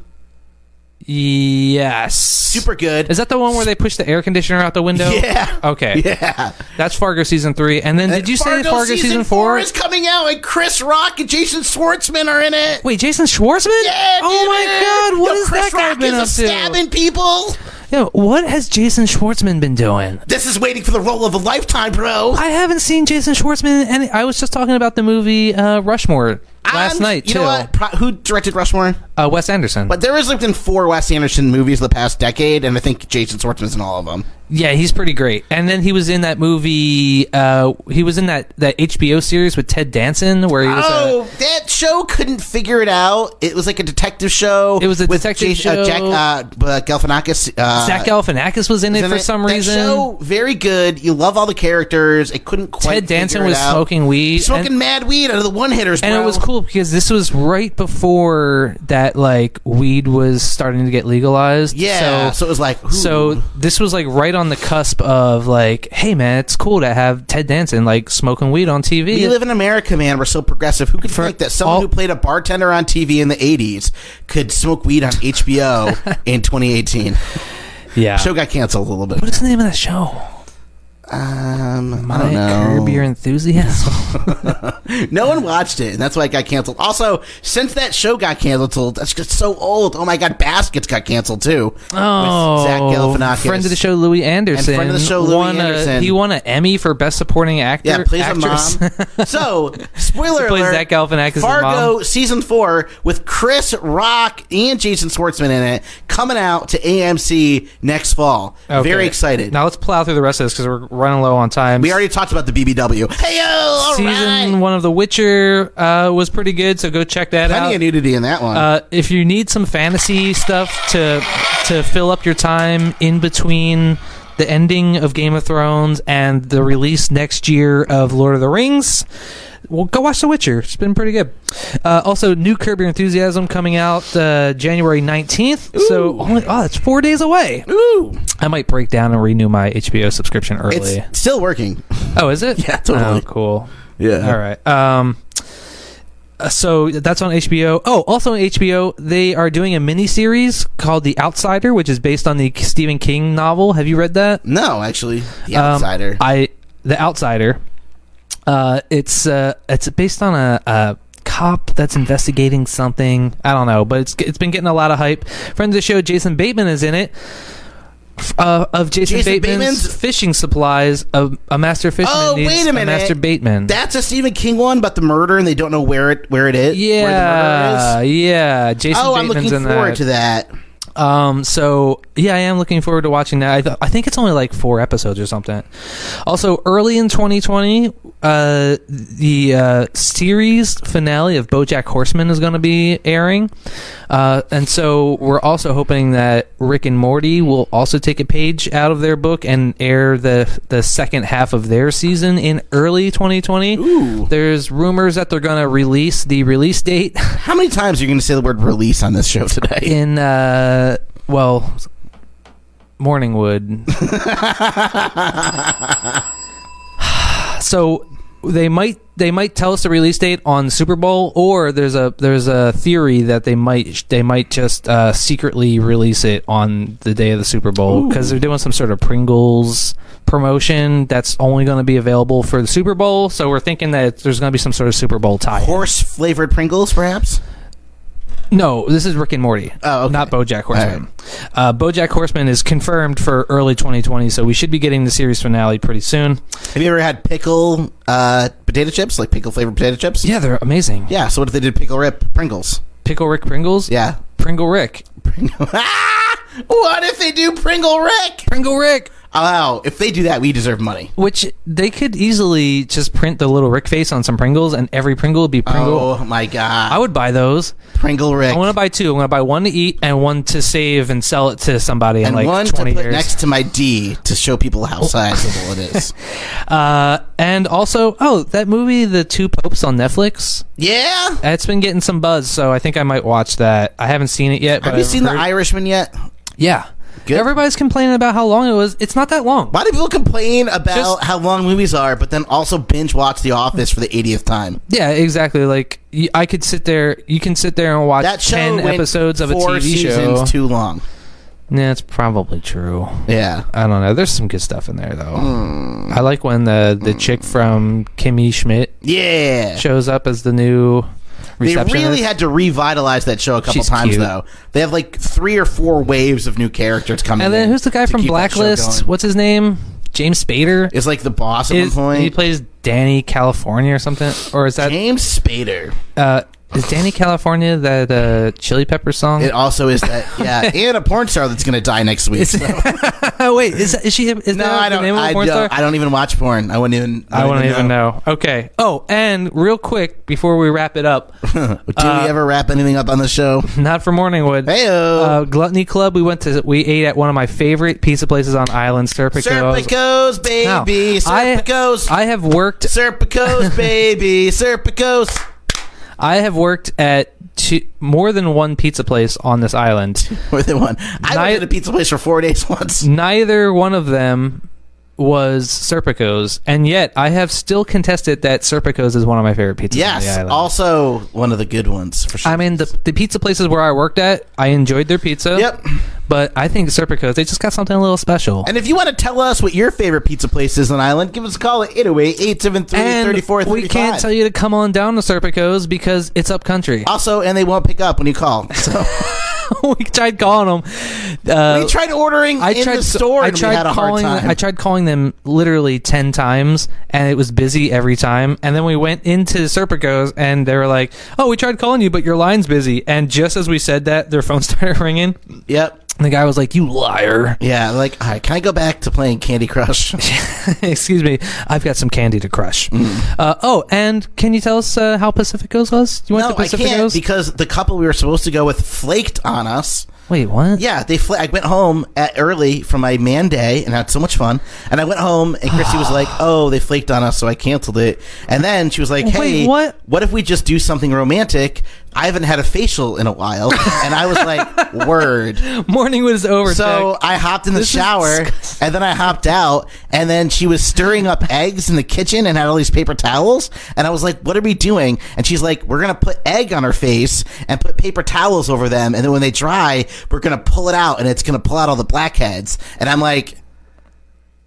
[SPEAKER 2] Yes.
[SPEAKER 5] Super good.
[SPEAKER 2] Is that the one where they push the air conditioner out the window?
[SPEAKER 5] Yeah.
[SPEAKER 2] Okay.
[SPEAKER 5] Yeah. Uh,
[SPEAKER 2] That's Fargo season three. And then did you say Fargo season, four?
[SPEAKER 5] is coming out and Chris Rock and Jason Schwartzman are in it?
[SPEAKER 2] Wait, Jason Schwartzman?
[SPEAKER 5] Yeah,
[SPEAKER 2] oh
[SPEAKER 5] dude.
[SPEAKER 2] my god, what
[SPEAKER 5] Yo,
[SPEAKER 2] has that
[SPEAKER 5] Chris
[SPEAKER 2] guy
[SPEAKER 5] Rock
[SPEAKER 2] been
[SPEAKER 5] is
[SPEAKER 2] up
[SPEAKER 5] a
[SPEAKER 2] to?
[SPEAKER 5] stabbing people.
[SPEAKER 2] Yo, what has Jason Schwartzman been doing?
[SPEAKER 5] This is waiting for the role of a lifetime, bro.
[SPEAKER 2] I haven't seen Jason Schwartzman in any I was just talking about the movie uh, Rushmore. last
[SPEAKER 5] And
[SPEAKER 2] night
[SPEAKER 5] you
[SPEAKER 2] too.
[SPEAKER 5] Know what? Pro- who directed Rushmore?
[SPEAKER 2] Uh, Wes Anderson.
[SPEAKER 5] But there was like been four Wes Anderson movies the past decade, and I think Jason Schwartzman's in all of them.
[SPEAKER 2] Yeah, he's pretty great. And then he was in that movie. Uh, he was in that, that HBO series with Ted Danson, where he was. uh,
[SPEAKER 5] Oh, that show couldn't figure it out. It was like a detective show.
[SPEAKER 2] It was a
[SPEAKER 5] with
[SPEAKER 2] detective
[SPEAKER 5] Jason- Uh,
[SPEAKER 2] show.
[SPEAKER 5] Jack uh, uh, Galifianakis. Uh,
[SPEAKER 2] uh, Zach Galifianakis was in it
[SPEAKER 5] was in
[SPEAKER 2] for
[SPEAKER 5] it.
[SPEAKER 2] some
[SPEAKER 5] That
[SPEAKER 2] reason.
[SPEAKER 5] show, very good. You love all the characters. It couldn't quite.
[SPEAKER 2] Ted Danson
[SPEAKER 5] figure it
[SPEAKER 2] was
[SPEAKER 5] out.
[SPEAKER 2] smoking weed,
[SPEAKER 5] smoking
[SPEAKER 2] and-
[SPEAKER 5] mad weed out of the one hitters,
[SPEAKER 2] and it was cool because this was right before that, like weed was starting to get legalized.
[SPEAKER 5] Yeah, so, it was like ooh.
[SPEAKER 2] So this was like right on the cusp of like, hey man, it's cool to have Ted Danson like smoking weed on TV.
[SPEAKER 5] We live in America, man. We're so progressive. Who could think that someone
[SPEAKER 2] all-
[SPEAKER 5] who played a bartender on TV in the '80s could smoke weed on HBO in 2018?
[SPEAKER 2] yeah.
[SPEAKER 5] Show got canceled a little bit.
[SPEAKER 2] What's the name of that show?
[SPEAKER 5] Um, I
[SPEAKER 2] My
[SPEAKER 5] don't know.
[SPEAKER 2] Curb Your Enthusiasm.
[SPEAKER 5] No one watched it, and that's why it got canceled. Also, since that show got canceled, that's just so old. Oh my god, Baskets got canceled too.
[SPEAKER 2] Oh,
[SPEAKER 5] With Zach Galifianakis.
[SPEAKER 2] friend of the show, Louis Anderson.
[SPEAKER 5] friend of the show, Louis
[SPEAKER 2] won a-
[SPEAKER 5] Anderson.
[SPEAKER 2] he won an Emmy for best supporting actor.
[SPEAKER 5] Yeah, plays
[SPEAKER 2] actress.
[SPEAKER 5] a mom. so, spoiler
[SPEAKER 2] He plays
[SPEAKER 5] alert:
[SPEAKER 2] Zach Galifianakis'
[SPEAKER 5] Fargo
[SPEAKER 2] mom.
[SPEAKER 5] season four with Chris Rock and Jason Schwartzman in it, coming out to AMC next fall.
[SPEAKER 2] Okay.
[SPEAKER 5] Very excited.
[SPEAKER 2] Now let's plow through the rest of this because we're running low on time.
[SPEAKER 5] we already talked about the BBW. Hey yo, all
[SPEAKER 2] season
[SPEAKER 5] right.
[SPEAKER 2] one of The Witcher uh, was pretty good, so go check that
[SPEAKER 5] Plenty
[SPEAKER 2] out.
[SPEAKER 5] of nudity in that one.
[SPEAKER 2] uh, if you need some fantasy stuff to to fill up your time in between the ending of Game of Thrones and the release next year of Lord of the Rings, well, go watch The Witcher. It's been pretty good. Uh, also, new Curb Your Enthusiasm coming out uh, January nineteenth. So, only, oh, it's four days away.
[SPEAKER 5] Ooh,
[SPEAKER 2] I might break down and renew my HBO subscription early.
[SPEAKER 5] it's still working.
[SPEAKER 2] Oh, is it?
[SPEAKER 5] Yeah, totally.
[SPEAKER 2] Oh, cool.
[SPEAKER 5] Yeah.
[SPEAKER 2] All right. Um. uh, So that's on HBO. Oh, also on HBO, they are doing a mini series called The Outsider, which is based on the Stephen King novel. Have you read that?
[SPEAKER 5] No, actually, The
[SPEAKER 2] Um,
[SPEAKER 5] Outsider.
[SPEAKER 2] I The Outsider. Uh, it's uh, it's based on a, a cop that's investigating something. I don't know, but it's it's been getting a lot of hype. Friend of the show, Jason Bateman is in it. F- Uh, of Jason,
[SPEAKER 5] Jason
[SPEAKER 2] Bateman's,
[SPEAKER 5] Bateman's-
[SPEAKER 2] fishing supplies, a, a master fisherman
[SPEAKER 5] Oh,
[SPEAKER 2] needs
[SPEAKER 5] wait a minute.
[SPEAKER 2] master Bateman.
[SPEAKER 5] That's a Stephen King one about the murder, and they don't know where it where it is.
[SPEAKER 2] Yeah,
[SPEAKER 5] where the murder is.
[SPEAKER 2] yeah. Jason
[SPEAKER 5] Oh, I'm
[SPEAKER 2] Bateman's
[SPEAKER 5] looking
[SPEAKER 2] in
[SPEAKER 5] forward
[SPEAKER 2] that.
[SPEAKER 5] to that.
[SPEAKER 2] Um, so yeah, I am looking forward to watching that. I, th- I think it's only like four episodes or something. Also, early in 2020, uh, the uh, series finale of BoJack Horseman is going to be airing, uh, and so we're also hoping that Rick and Morty will also take a page out of their book and air the the second half of their season in early 2020. Ooh. There's rumors that they're going to release the release date.
[SPEAKER 5] How many times are you going to say the word release on this show today?
[SPEAKER 2] in uh well Morningwood. so they might they might tell us the release date on Super Bowl or there's a there's a theory that they might they might just uh, secretly release it on the day of the Super Bowl cuz they're doing some sort of Pringles promotion that's only going to be available for the Super Bowl so we're thinking that there's going to be some sort of Super Bowl tie.
[SPEAKER 5] Horse flavored Pringles, perhaps.
[SPEAKER 2] No, this is Rick and Morty.
[SPEAKER 5] Oh, okay.
[SPEAKER 2] not BoJack Horseman. Uh, BoJack Horseman is confirmed for early 2020, so we should be getting the series finale pretty soon.
[SPEAKER 5] Have you ever had pickle uh, potato chips, like pickle flavored potato chips?
[SPEAKER 2] Yeah, they're amazing.
[SPEAKER 5] Yeah. So what if they did pickle rip Pringles?
[SPEAKER 2] Pickle Rick Pringles.
[SPEAKER 5] Yeah.
[SPEAKER 2] Pringle Rick.
[SPEAKER 5] ah! What if they do Pringle Rick?
[SPEAKER 2] Pringle Rick.
[SPEAKER 5] Oh, if they do that, we deserve money.
[SPEAKER 2] Which they could easily just print the little Rick face on some Pringles, and every Pringle would be Pringle.
[SPEAKER 5] Oh my god,
[SPEAKER 2] I would buy those.
[SPEAKER 5] Pringle Rick.
[SPEAKER 2] I want to buy two. I'm going to buy one to eat and one to save and sell it to somebody
[SPEAKER 5] and
[SPEAKER 2] in like
[SPEAKER 5] one to
[SPEAKER 2] 20
[SPEAKER 5] put
[SPEAKER 2] years. Oh.
[SPEAKER 5] next to my D to show people how sizable it is.
[SPEAKER 2] uh, and also, oh, that movie, The Two Popes on Netflix.
[SPEAKER 5] Yeah.
[SPEAKER 2] It's been getting some buzz, so I think I might watch that. I haven't seen it yet. But
[SPEAKER 5] Have you
[SPEAKER 2] I've
[SPEAKER 5] seen
[SPEAKER 2] heard-
[SPEAKER 5] The Irishman yet?
[SPEAKER 2] Yeah.
[SPEAKER 5] Good.
[SPEAKER 2] Everybody's complaining about how long it was. It's not that long.
[SPEAKER 5] Why do people complain about
[SPEAKER 2] Just-
[SPEAKER 5] how long movies are, but then also binge watch The Office for the 80th time?
[SPEAKER 2] Yeah, exactly. Like y- I could sit there. You can sit there and watch
[SPEAKER 5] That show
[SPEAKER 2] ten
[SPEAKER 5] went
[SPEAKER 2] episodes of a
[SPEAKER 5] four
[SPEAKER 2] TV
[SPEAKER 5] seasons
[SPEAKER 2] show.
[SPEAKER 5] too long.
[SPEAKER 2] Yeah, it's probably true.
[SPEAKER 5] Yeah.
[SPEAKER 2] I don't know. There's some good stuff in there though.
[SPEAKER 5] Hmm.
[SPEAKER 2] I like when the the chick from Kimmy Schmidt
[SPEAKER 5] Yeah.
[SPEAKER 2] shows up as the new
[SPEAKER 5] They
[SPEAKER 2] receptionist.
[SPEAKER 5] really had to revitalize that show a couple
[SPEAKER 2] She's
[SPEAKER 5] times,
[SPEAKER 2] cute.
[SPEAKER 5] though. They have like three or four waves of new characters coming.
[SPEAKER 2] and then
[SPEAKER 5] in
[SPEAKER 2] who's the guy
[SPEAKER 5] to
[SPEAKER 2] from
[SPEAKER 5] keep that show
[SPEAKER 2] Blacklist?
[SPEAKER 5] going.
[SPEAKER 2] What's his name? James Spader.
[SPEAKER 5] Is like the boss at
[SPEAKER 2] Is-
[SPEAKER 5] one
[SPEAKER 2] he
[SPEAKER 5] point.
[SPEAKER 2] plays Danny California or something, or is that
[SPEAKER 5] James Spader.
[SPEAKER 2] uh, Is Danny California that uh, Chili Pepper song?
[SPEAKER 5] It also is that yeah, and a porn star that's gonna die next week.
[SPEAKER 2] Is- oh wait, is, that, is she? Is
[SPEAKER 5] no,
[SPEAKER 2] that
[SPEAKER 5] I
[SPEAKER 2] The
[SPEAKER 5] don't.
[SPEAKER 2] name of
[SPEAKER 5] I
[SPEAKER 2] the porn star?
[SPEAKER 5] don't, I don't even watch porn. I wouldn't even.
[SPEAKER 2] I wouldn't even know. Okay. Oh, and real quick before we wrap it up,
[SPEAKER 5] Do
[SPEAKER 2] Uh,
[SPEAKER 5] we ever wrap anything up on the show?
[SPEAKER 2] not for Morningwood.
[SPEAKER 5] Heyo.
[SPEAKER 2] Uh, Gluttony Club. We went to. We ate at one of my favorite pizza places on Island, Serpico's.
[SPEAKER 5] Serpicos,
[SPEAKER 2] Now,
[SPEAKER 5] baby. Serpicos.
[SPEAKER 2] I, I have worked.
[SPEAKER 5] Serpicos, baby. Serpicos.
[SPEAKER 2] I have worked at two, more than one pizza place on this island.
[SPEAKER 5] More than one. I
[SPEAKER 2] Ni-
[SPEAKER 5] worked at a pizza place for four days once.
[SPEAKER 2] Mm, Neither one of them was Serpico's, and yet I have still contested that Serpico's is one of my favorite pizzas. on the
[SPEAKER 5] Yes.
[SPEAKER 2] island.
[SPEAKER 5] Also one of the good ones for sure.
[SPEAKER 2] I mean, the the pizza places where I worked at, I enjoyed their pizza.
[SPEAKER 5] Yep.
[SPEAKER 2] But I think Serpico's, they just got something a little special.
[SPEAKER 5] and if you want to tell us what your favorite pizza place is on the island, give us a call at 808 873 3435.
[SPEAKER 2] we can't tell you to come on down to Serpico's because it's up country.
[SPEAKER 5] Also, and they won't pick up when you call. So
[SPEAKER 2] we tried calling them. Uh,
[SPEAKER 5] we tried ordering
[SPEAKER 2] I
[SPEAKER 5] in
[SPEAKER 2] tried
[SPEAKER 5] the
[SPEAKER 2] so-
[SPEAKER 5] store
[SPEAKER 2] I
[SPEAKER 5] and
[SPEAKER 2] tried
[SPEAKER 5] we had a hard
[SPEAKER 2] calling.
[SPEAKER 5] time.
[SPEAKER 2] I tried calling them literally ten times, and it was busy every time. And then we went into Serpico's, and they were like, "Oh, we tried calling you, but your line's busy." And just as we said that, their phone started ringing. And
[SPEAKER 5] yep.
[SPEAKER 2] the guy was like, "You liar!
[SPEAKER 5] Yeah, like, all right, can I go back to playing Candy Crush?
[SPEAKER 2] Excuse me, I've got some candy to crush."
[SPEAKER 5] Mm.
[SPEAKER 2] Uh, oh, and can you tell us uh, how Pacifico's was? You went
[SPEAKER 5] no,
[SPEAKER 2] to
[SPEAKER 5] I can't
[SPEAKER 2] Pacifico's?
[SPEAKER 5] because the couple we were supposed to go with flaked on us.
[SPEAKER 2] Wait, what?
[SPEAKER 5] Yeah, they. Fl- I went home at early from my man day and had so much fun. And I went home and Christy was like, "Oh, they flaked on us, so I canceled it." And then she was like,
[SPEAKER 2] Wait,
[SPEAKER 5] "Hey,
[SPEAKER 2] what?
[SPEAKER 5] What if we just do something romantic? I haven't had a facial in a while." and I was like, "Word."
[SPEAKER 2] Morning was over.
[SPEAKER 5] So
[SPEAKER 2] Tech.
[SPEAKER 5] I hopped in the
[SPEAKER 2] This is
[SPEAKER 5] shower
[SPEAKER 2] disgusting.
[SPEAKER 5] and then I hopped out and then she was stirring up eggs in the kitchen and had all these paper towels and I was like, "What are we doing?" And she's like, "We're gonna put egg on her face and put paper towels over them and then when they dry, we're gonna pull it out and it's gonna pull out all the blackheads." And I'm like.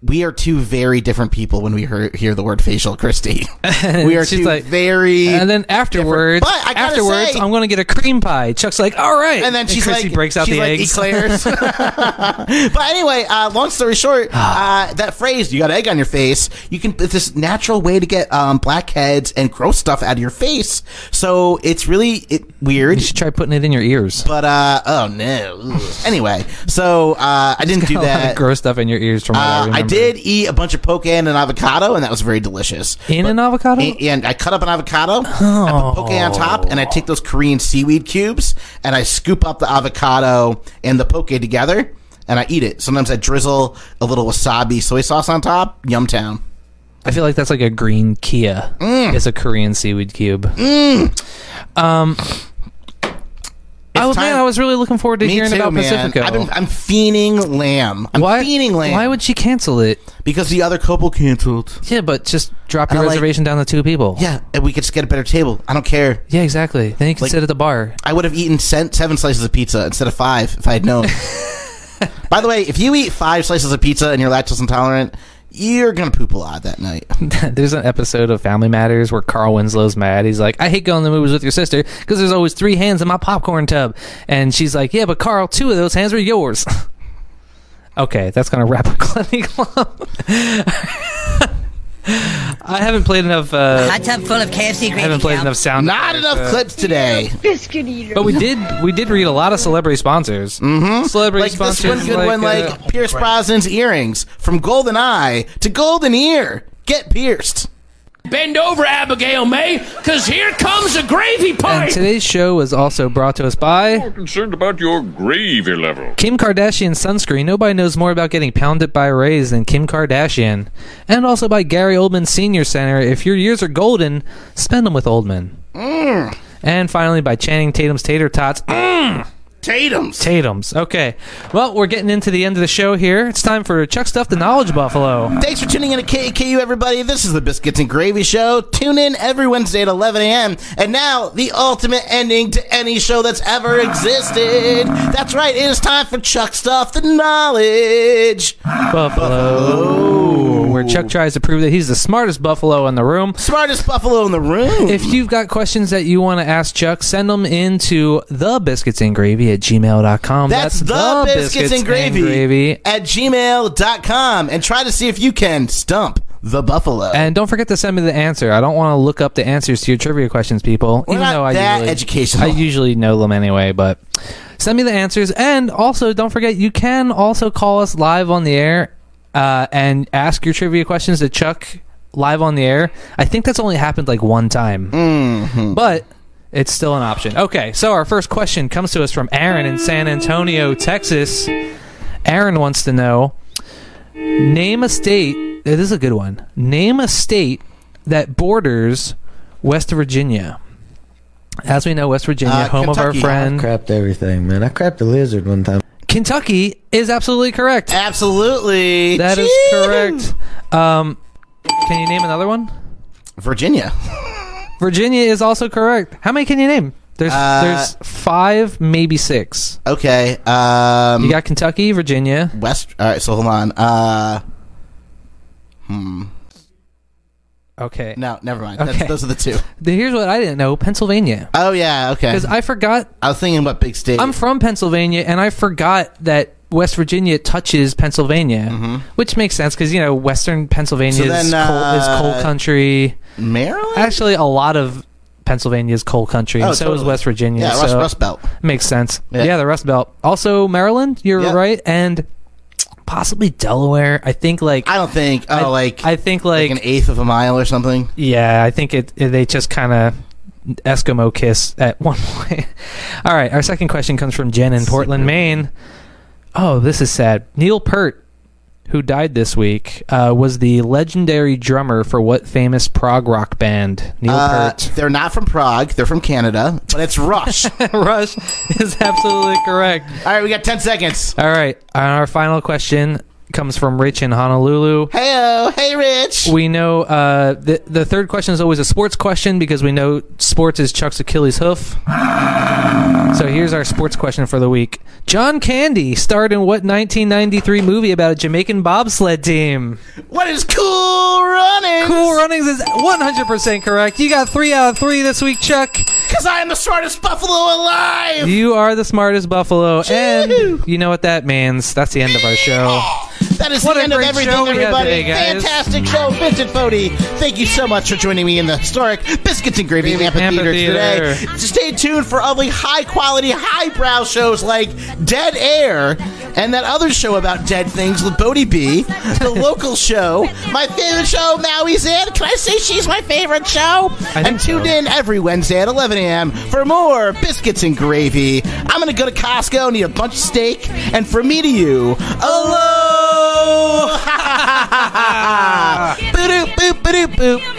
[SPEAKER 5] We are two very different people when we hear, hear the word facial, Christy. we are
[SPEAKER 2] she's
[SPEAKER 5] two
[SPEAKER 2] like-
[SPEAKER 5] very.
[SPEAKER 2] and then afterwards,
[SPEAKER 5] But I gotta
[SPEAKER 2] afterwards,
[SPEAKER 5] say-
[SPEAKER 2] I'm gonna get a cream pie. Chuck's like, "All right,"
[SPEAKER 5] and then she's
[SPEAKER 2] Chrissy
[SPEAKER 5] like,
[SPEAKER 2] breaks out
[SPEAKER 5] she's
[SPEAKER 2] the
[SPEAKER 5] like
[SPEAKER 2] eggs.
[SPEAKER 5] eclairs. but anyway, uh, long story short,
[SPEAKER 2] Ah.
[SPEAKER 5] uh, that phrase "you got egg on your face" you can it's this natural way to get um, blackheads and gross stuff out of your face. So it's really it, weird.
[SPEAKER 2] You should try putting it in your ears.
[SPEAKER 5] But uh, oh no. Ugh. Anyway, so uh, I didn't do
[SPEAKER 2] A lot of
[SPEAKER 5] that.
[SPEAKER 2] gross stuff in your ears from what I
[SPEAKER 5] Uh, I,
[SPEAKER 2] remember.
[SPEAKER 5] did eat a bunch of poke and an avocado, and that was very delicious.
[SPEAKER 2] In an avocado?
[SPEAKER 5] And, and I cut up an avocado,
[SPEAKER 2] Oh.
[SPEAKER 5] I put poke on top, and I take those Korean seaweed cubes, and I scoop up the avocado and the poke together, and I eat it. Sometimes I drizzle a little wasabi soy sauce on top. Yum town.
[SPEAKER 2] I feel like that's like a green Kia.
[SPEAKER 5] Mm.
[SPEAKER 2] It's a Korean seaweed cube. Um, I was, man,
[SPEAKER 5] time-
[SPEAKER 2] I was really looking forward to
[SPEAKER 5] Me
[SPEAKER 2] hearing
[SPEAKER 5] too,
[SPEAKER 2] about
[SPEAKER 5] man.
[SPEAKER 2] Pacifico.
[SPEAKER 5] I've been, I'm fiending lamb. I'm
[SPEAKER 2] why,
[SPEAKER 5] fiending lamb.
[SPEAKER 2] why would she cancel it?
[SPEAKER 5] because the other couple canceled.
[SPEAKER 2] Yeah, but just drop your
[SPEAKER 5] I like-
[SPEAKER 2] reservation down to two people.
[SPEAKER 5] Yeah, and we could just get a better table. I don't care.
[SPEAKER 2] Yeah, exactly. Then you can
[SPEAKER 5] Like-
[SPEAKER 2] sit at the bar.
[SPEAKER 5] I would have eaten sen- seven slices of pizza instead of five if I had known. By the way, if you eat five slices of pizza and you're lactose intolerant, you're gonna poop a lot that night.
[SPEAKER 2] there's an episode of Family Matters where Carl Winslow's mad. He's like, I hate going to the movies with your sister because there's always three hands in my popcorn tub. And she's like, Yeah, but Carl, two of those hands were yours. okay, that's going to wrap up Glenny Club. I haven't played enough. Uh,
[SPEAKER 8] Hot tub full of KFC
[SPEAKER 2] I
[SPEAKER 8] gravy.
[SPEAKER 2] haven't played
[SPEAKER 8] Cal.
[SPEAKER 2] enough sound.
[SPEAKER 5] Not
[SPEAKER 2] effects,
[SPEAKER 5] enough
[SPEAKER 2] uh,
[SPEAKER 5] clips today.
[SPEAKER 9] Biscuit eater.
[SPEAKER 2] But we did we did read a lot of celebrity sponsors. Mm-hmm. Celebrity
[SPEAKER 5] Like this
[SPEAKER 2] sponsors.
[SPEAKER 5] one good one,
[SPEAKER 2] uh,
[SPEAKER 5] like Pierce Brosnan's earrings from Golden Eye to Golden Ear. Get pierced.
[SPEAKER 10] Bend over, Abigail May, because here comes a gravy
[SPEAKER 2] and today's show was also brought to us by.
[SPEAKER 10] concerned about your gravy level.
[SPEAKER 2] Kim Kardashian sunscreen. Nobody knows more about getting pounded by rays than Kim Kardashian. And also by Gary Oldman Senior Center. If your years are golden, spend them with Oldman. And finally by Channing Tatum's Tater Tots.
[SPEAKER 5] Tatum's.
[SPEAKER 2] Tatum's. Okay. Well, we're getting into the end of the show here. It's time for Chuck Stuff the Knowledge Buffalo.
[SPEAKER 5] Thanks for tuning in to KKU, everybody. This is the Biscuits and Gravy Show. Tune in every Wednesday at 11 a.m. And now, the ultimate ending to any show that's ever existed. That's right, it is time for Chuck Stuff the Knowledge.
[SPEAKER 2] Buffalo. Where Chuck tries to prove that he's the smartest buffalo in the room.
[SPEAKER 5] Smartest buffalo in the room.
[SPEAKER 2] If you've got questions that you want to ask Chuck, send them in to thebiscuitsandgravy at gmail.com.
[SPEAKER 5] That's, the, biscuits, and gravy,
[SPEAKER 2] gravy.
[SPEAKER 5] at gmail.com and try to see if you can stump the buffalo.
[SPEAKER 2] And don't forget to send me the answer. I don't want to look up the answers to your trivia questions, people.
[SPEAKER 5] We're
[SPEAKER 2] even
[SPEAKER 5] not
[SPEAKER 2] though I
[SPEAKER 5] that
[SPEAKER 2] usually,
[SPEAKER 5] educational.
[SPEAKER 2] I usually know them anyway, but send me the answers. And also, don't forget, you can also call us live on the air uh, and ask your trivia questions to Chuck live on the air. I think that's only happened like one time,
[SPEAKER 5] Mm-hmm.
[SPEAKER 2] but it's still an option. Okay, so our first question comes to us from Aaron in San Antonio, Texas. Aaron wants to know. Name a state. This is a good one. Name a state that borders West Virginia. As we know, West Virginia,
[SPEAKER 5] Uh,
[SPEAKER 2] home of our
[SPEAKER 5] Kentucky.
[SPEAKER 2] friend
[SPEAKER 8] Crapped everything, man. I crapped a lizard one time.
[SPEAKER 2] Kentucky, is absolutely correct.
[SPEAKER 5] Absolutely.
[SPEAKER 2] That is
[SPEAKER 5] Gee.
[SPEAKER 2] correct. Um, can you name another one?
[SPEAKER 5] Virginia.
[SPEAKER 2] Virginia is also correct. How many can you name? There's
[SPEAKER 5] Uh,
[SPEAKER 2] there's five, maybe six.
[SPEAKER 5] Okay. Um,
[SPEAKER 2] You got Kentucky, Virginia.
[SPEAKER 5] West. All right. So hold on. Uh,
[SPEAKER 2] Okay.
[SPEAKER 5] no, never mind.
[SPEAKER 2] Okay.
[SPEAKER 5] That's, those are the two.
[SPEAKER 2] The- Here's what I didn't know: Pennsylvania.
[SPEAKER 5] Oh yeah. Okay.
[SPEAKER 2] Because
[SPEAKER 5] I,
[SPEAKER 2] I forgot
[SPEAKER 5] was thinking about big state.
[SPEAKER 2] I'm from Pennsylvania, and I forgot that West Virginia touches Pennsylvania, which makes sense because you know Western Pennsylvania
[SPEAKER 5] Mm-hmm. So
[SPEAKER 2] is,
[SPEAKER 5] then,
[SPEAKER 2] coal, is coal
[SPEAKER 5] uh,
[SPEAKER 2] country.
[SPEAKER 5] Maryland.
[SPEAKER 2] Actually, a lot of Pennsylvania is coal country,
[SPEAKER 5] Oh,
[SPEAKER 2] and so is
[SPEAKER 5] totally.
[SPEAKER 2] West Virginia.
[SPEAKER 5] yeah. Rust,
[SPEAKER 2] so
[SPEAKER 5] Rust Belt.
[SPEAKER 2] makes sense.
[SPEAKER 5] Yeah.
[SPEAKER 2] Yeah. the Rust Belt. Also, Maryland. You're
[SPEAKER 5] Yeah.
[SPEAKER 2] right, and possibly Delaware. I think like
[SPEAKER 5] I don't think. Oh,
[SPEAKER 2] I-
[SPEAKER 5] like
[SPEAKER 2] I think
[SPEAKER 5] like
[SPEAKER 2] like,
[SPEAKER 5] an eighth of a mile or something.
[SPEAKER 2] yeah, I think it. it- They just kind of. Eskimo kiss at one point. All right, our second question comes from Jen in Portland, Maine. Oh, this is sad. Neil Peart, who died this week, uh, was the legendary drummer for what famous prog rock band? Neil
[SPEAKER 5] Uh,
[SPEAKER 2] Peart.
[SPEAKER 5] they're not from Prague. They're from Canada. But it's Rush. All
[SPEAKER 2] Rush is absolutely correct.
[SPEAKER 5] right. We got ten seconds.
[SPEAKER 2] All right, and our final question comes from Rich in Honolulu.
[SPEAKER 5] Heyo. Hey, Rich.
[SPEAKER 2] We know uh, the the third question is always a sports question because we know sports is Chuck's Achilles hoof. So here's our sports question for the week. John Candy starred in what 1993 movie about a Jamaican bobsled team?
[SPEAKER 5] what is cool running?
[SPEAKER 2] Cool Runnings is 100% correct. You got three out of three this week, Chuck.
[SPEAKER 5] Because I am the smartest buffalo alive.
[SPEAKER 2] You are the smartest buffalo,
[SPEAKER 5] Choo.
[SPEAKER 2] and you know what that means. That's the end of our show.
[SPEAKER 5] Oh, That is
[SPEAKER 2] What
[SPEAKER 5] the
[SPEAKER 2] a
[SPEAKER 5] end of
[SPEAKER 2] great
[SPEAKER 5] everything,
[SPEAKER 2] show we had
[SPEAKER 5] everybody.
[SPEAKER 2] today, guys.
[SPEAKER 5] Fantastic show, Vincent Fodi. Thank you so much for joining me in the historic Biscuits and Gravy Amphitheater,
[SPEAKER 2] Amphitheater.
[SPEAKER 5] today. Stay tuned for other high quality, highbrow shows like Dead Air and that other show about dead things with Bodie B, the local show, my favorite show, Maui's In. Can I say she's my favorite show?
[SPEAKER 2] think
[SPEAKER 5] and tuned
[SPEAKER 2] so.
[SPEAKER 5] in every Wednesday at 11 a.m. for more Biscuits and Gravy. I'm going to go to Costco and eat a bunch of steak. And from me to you, aloha! boop, boop, boop, boop.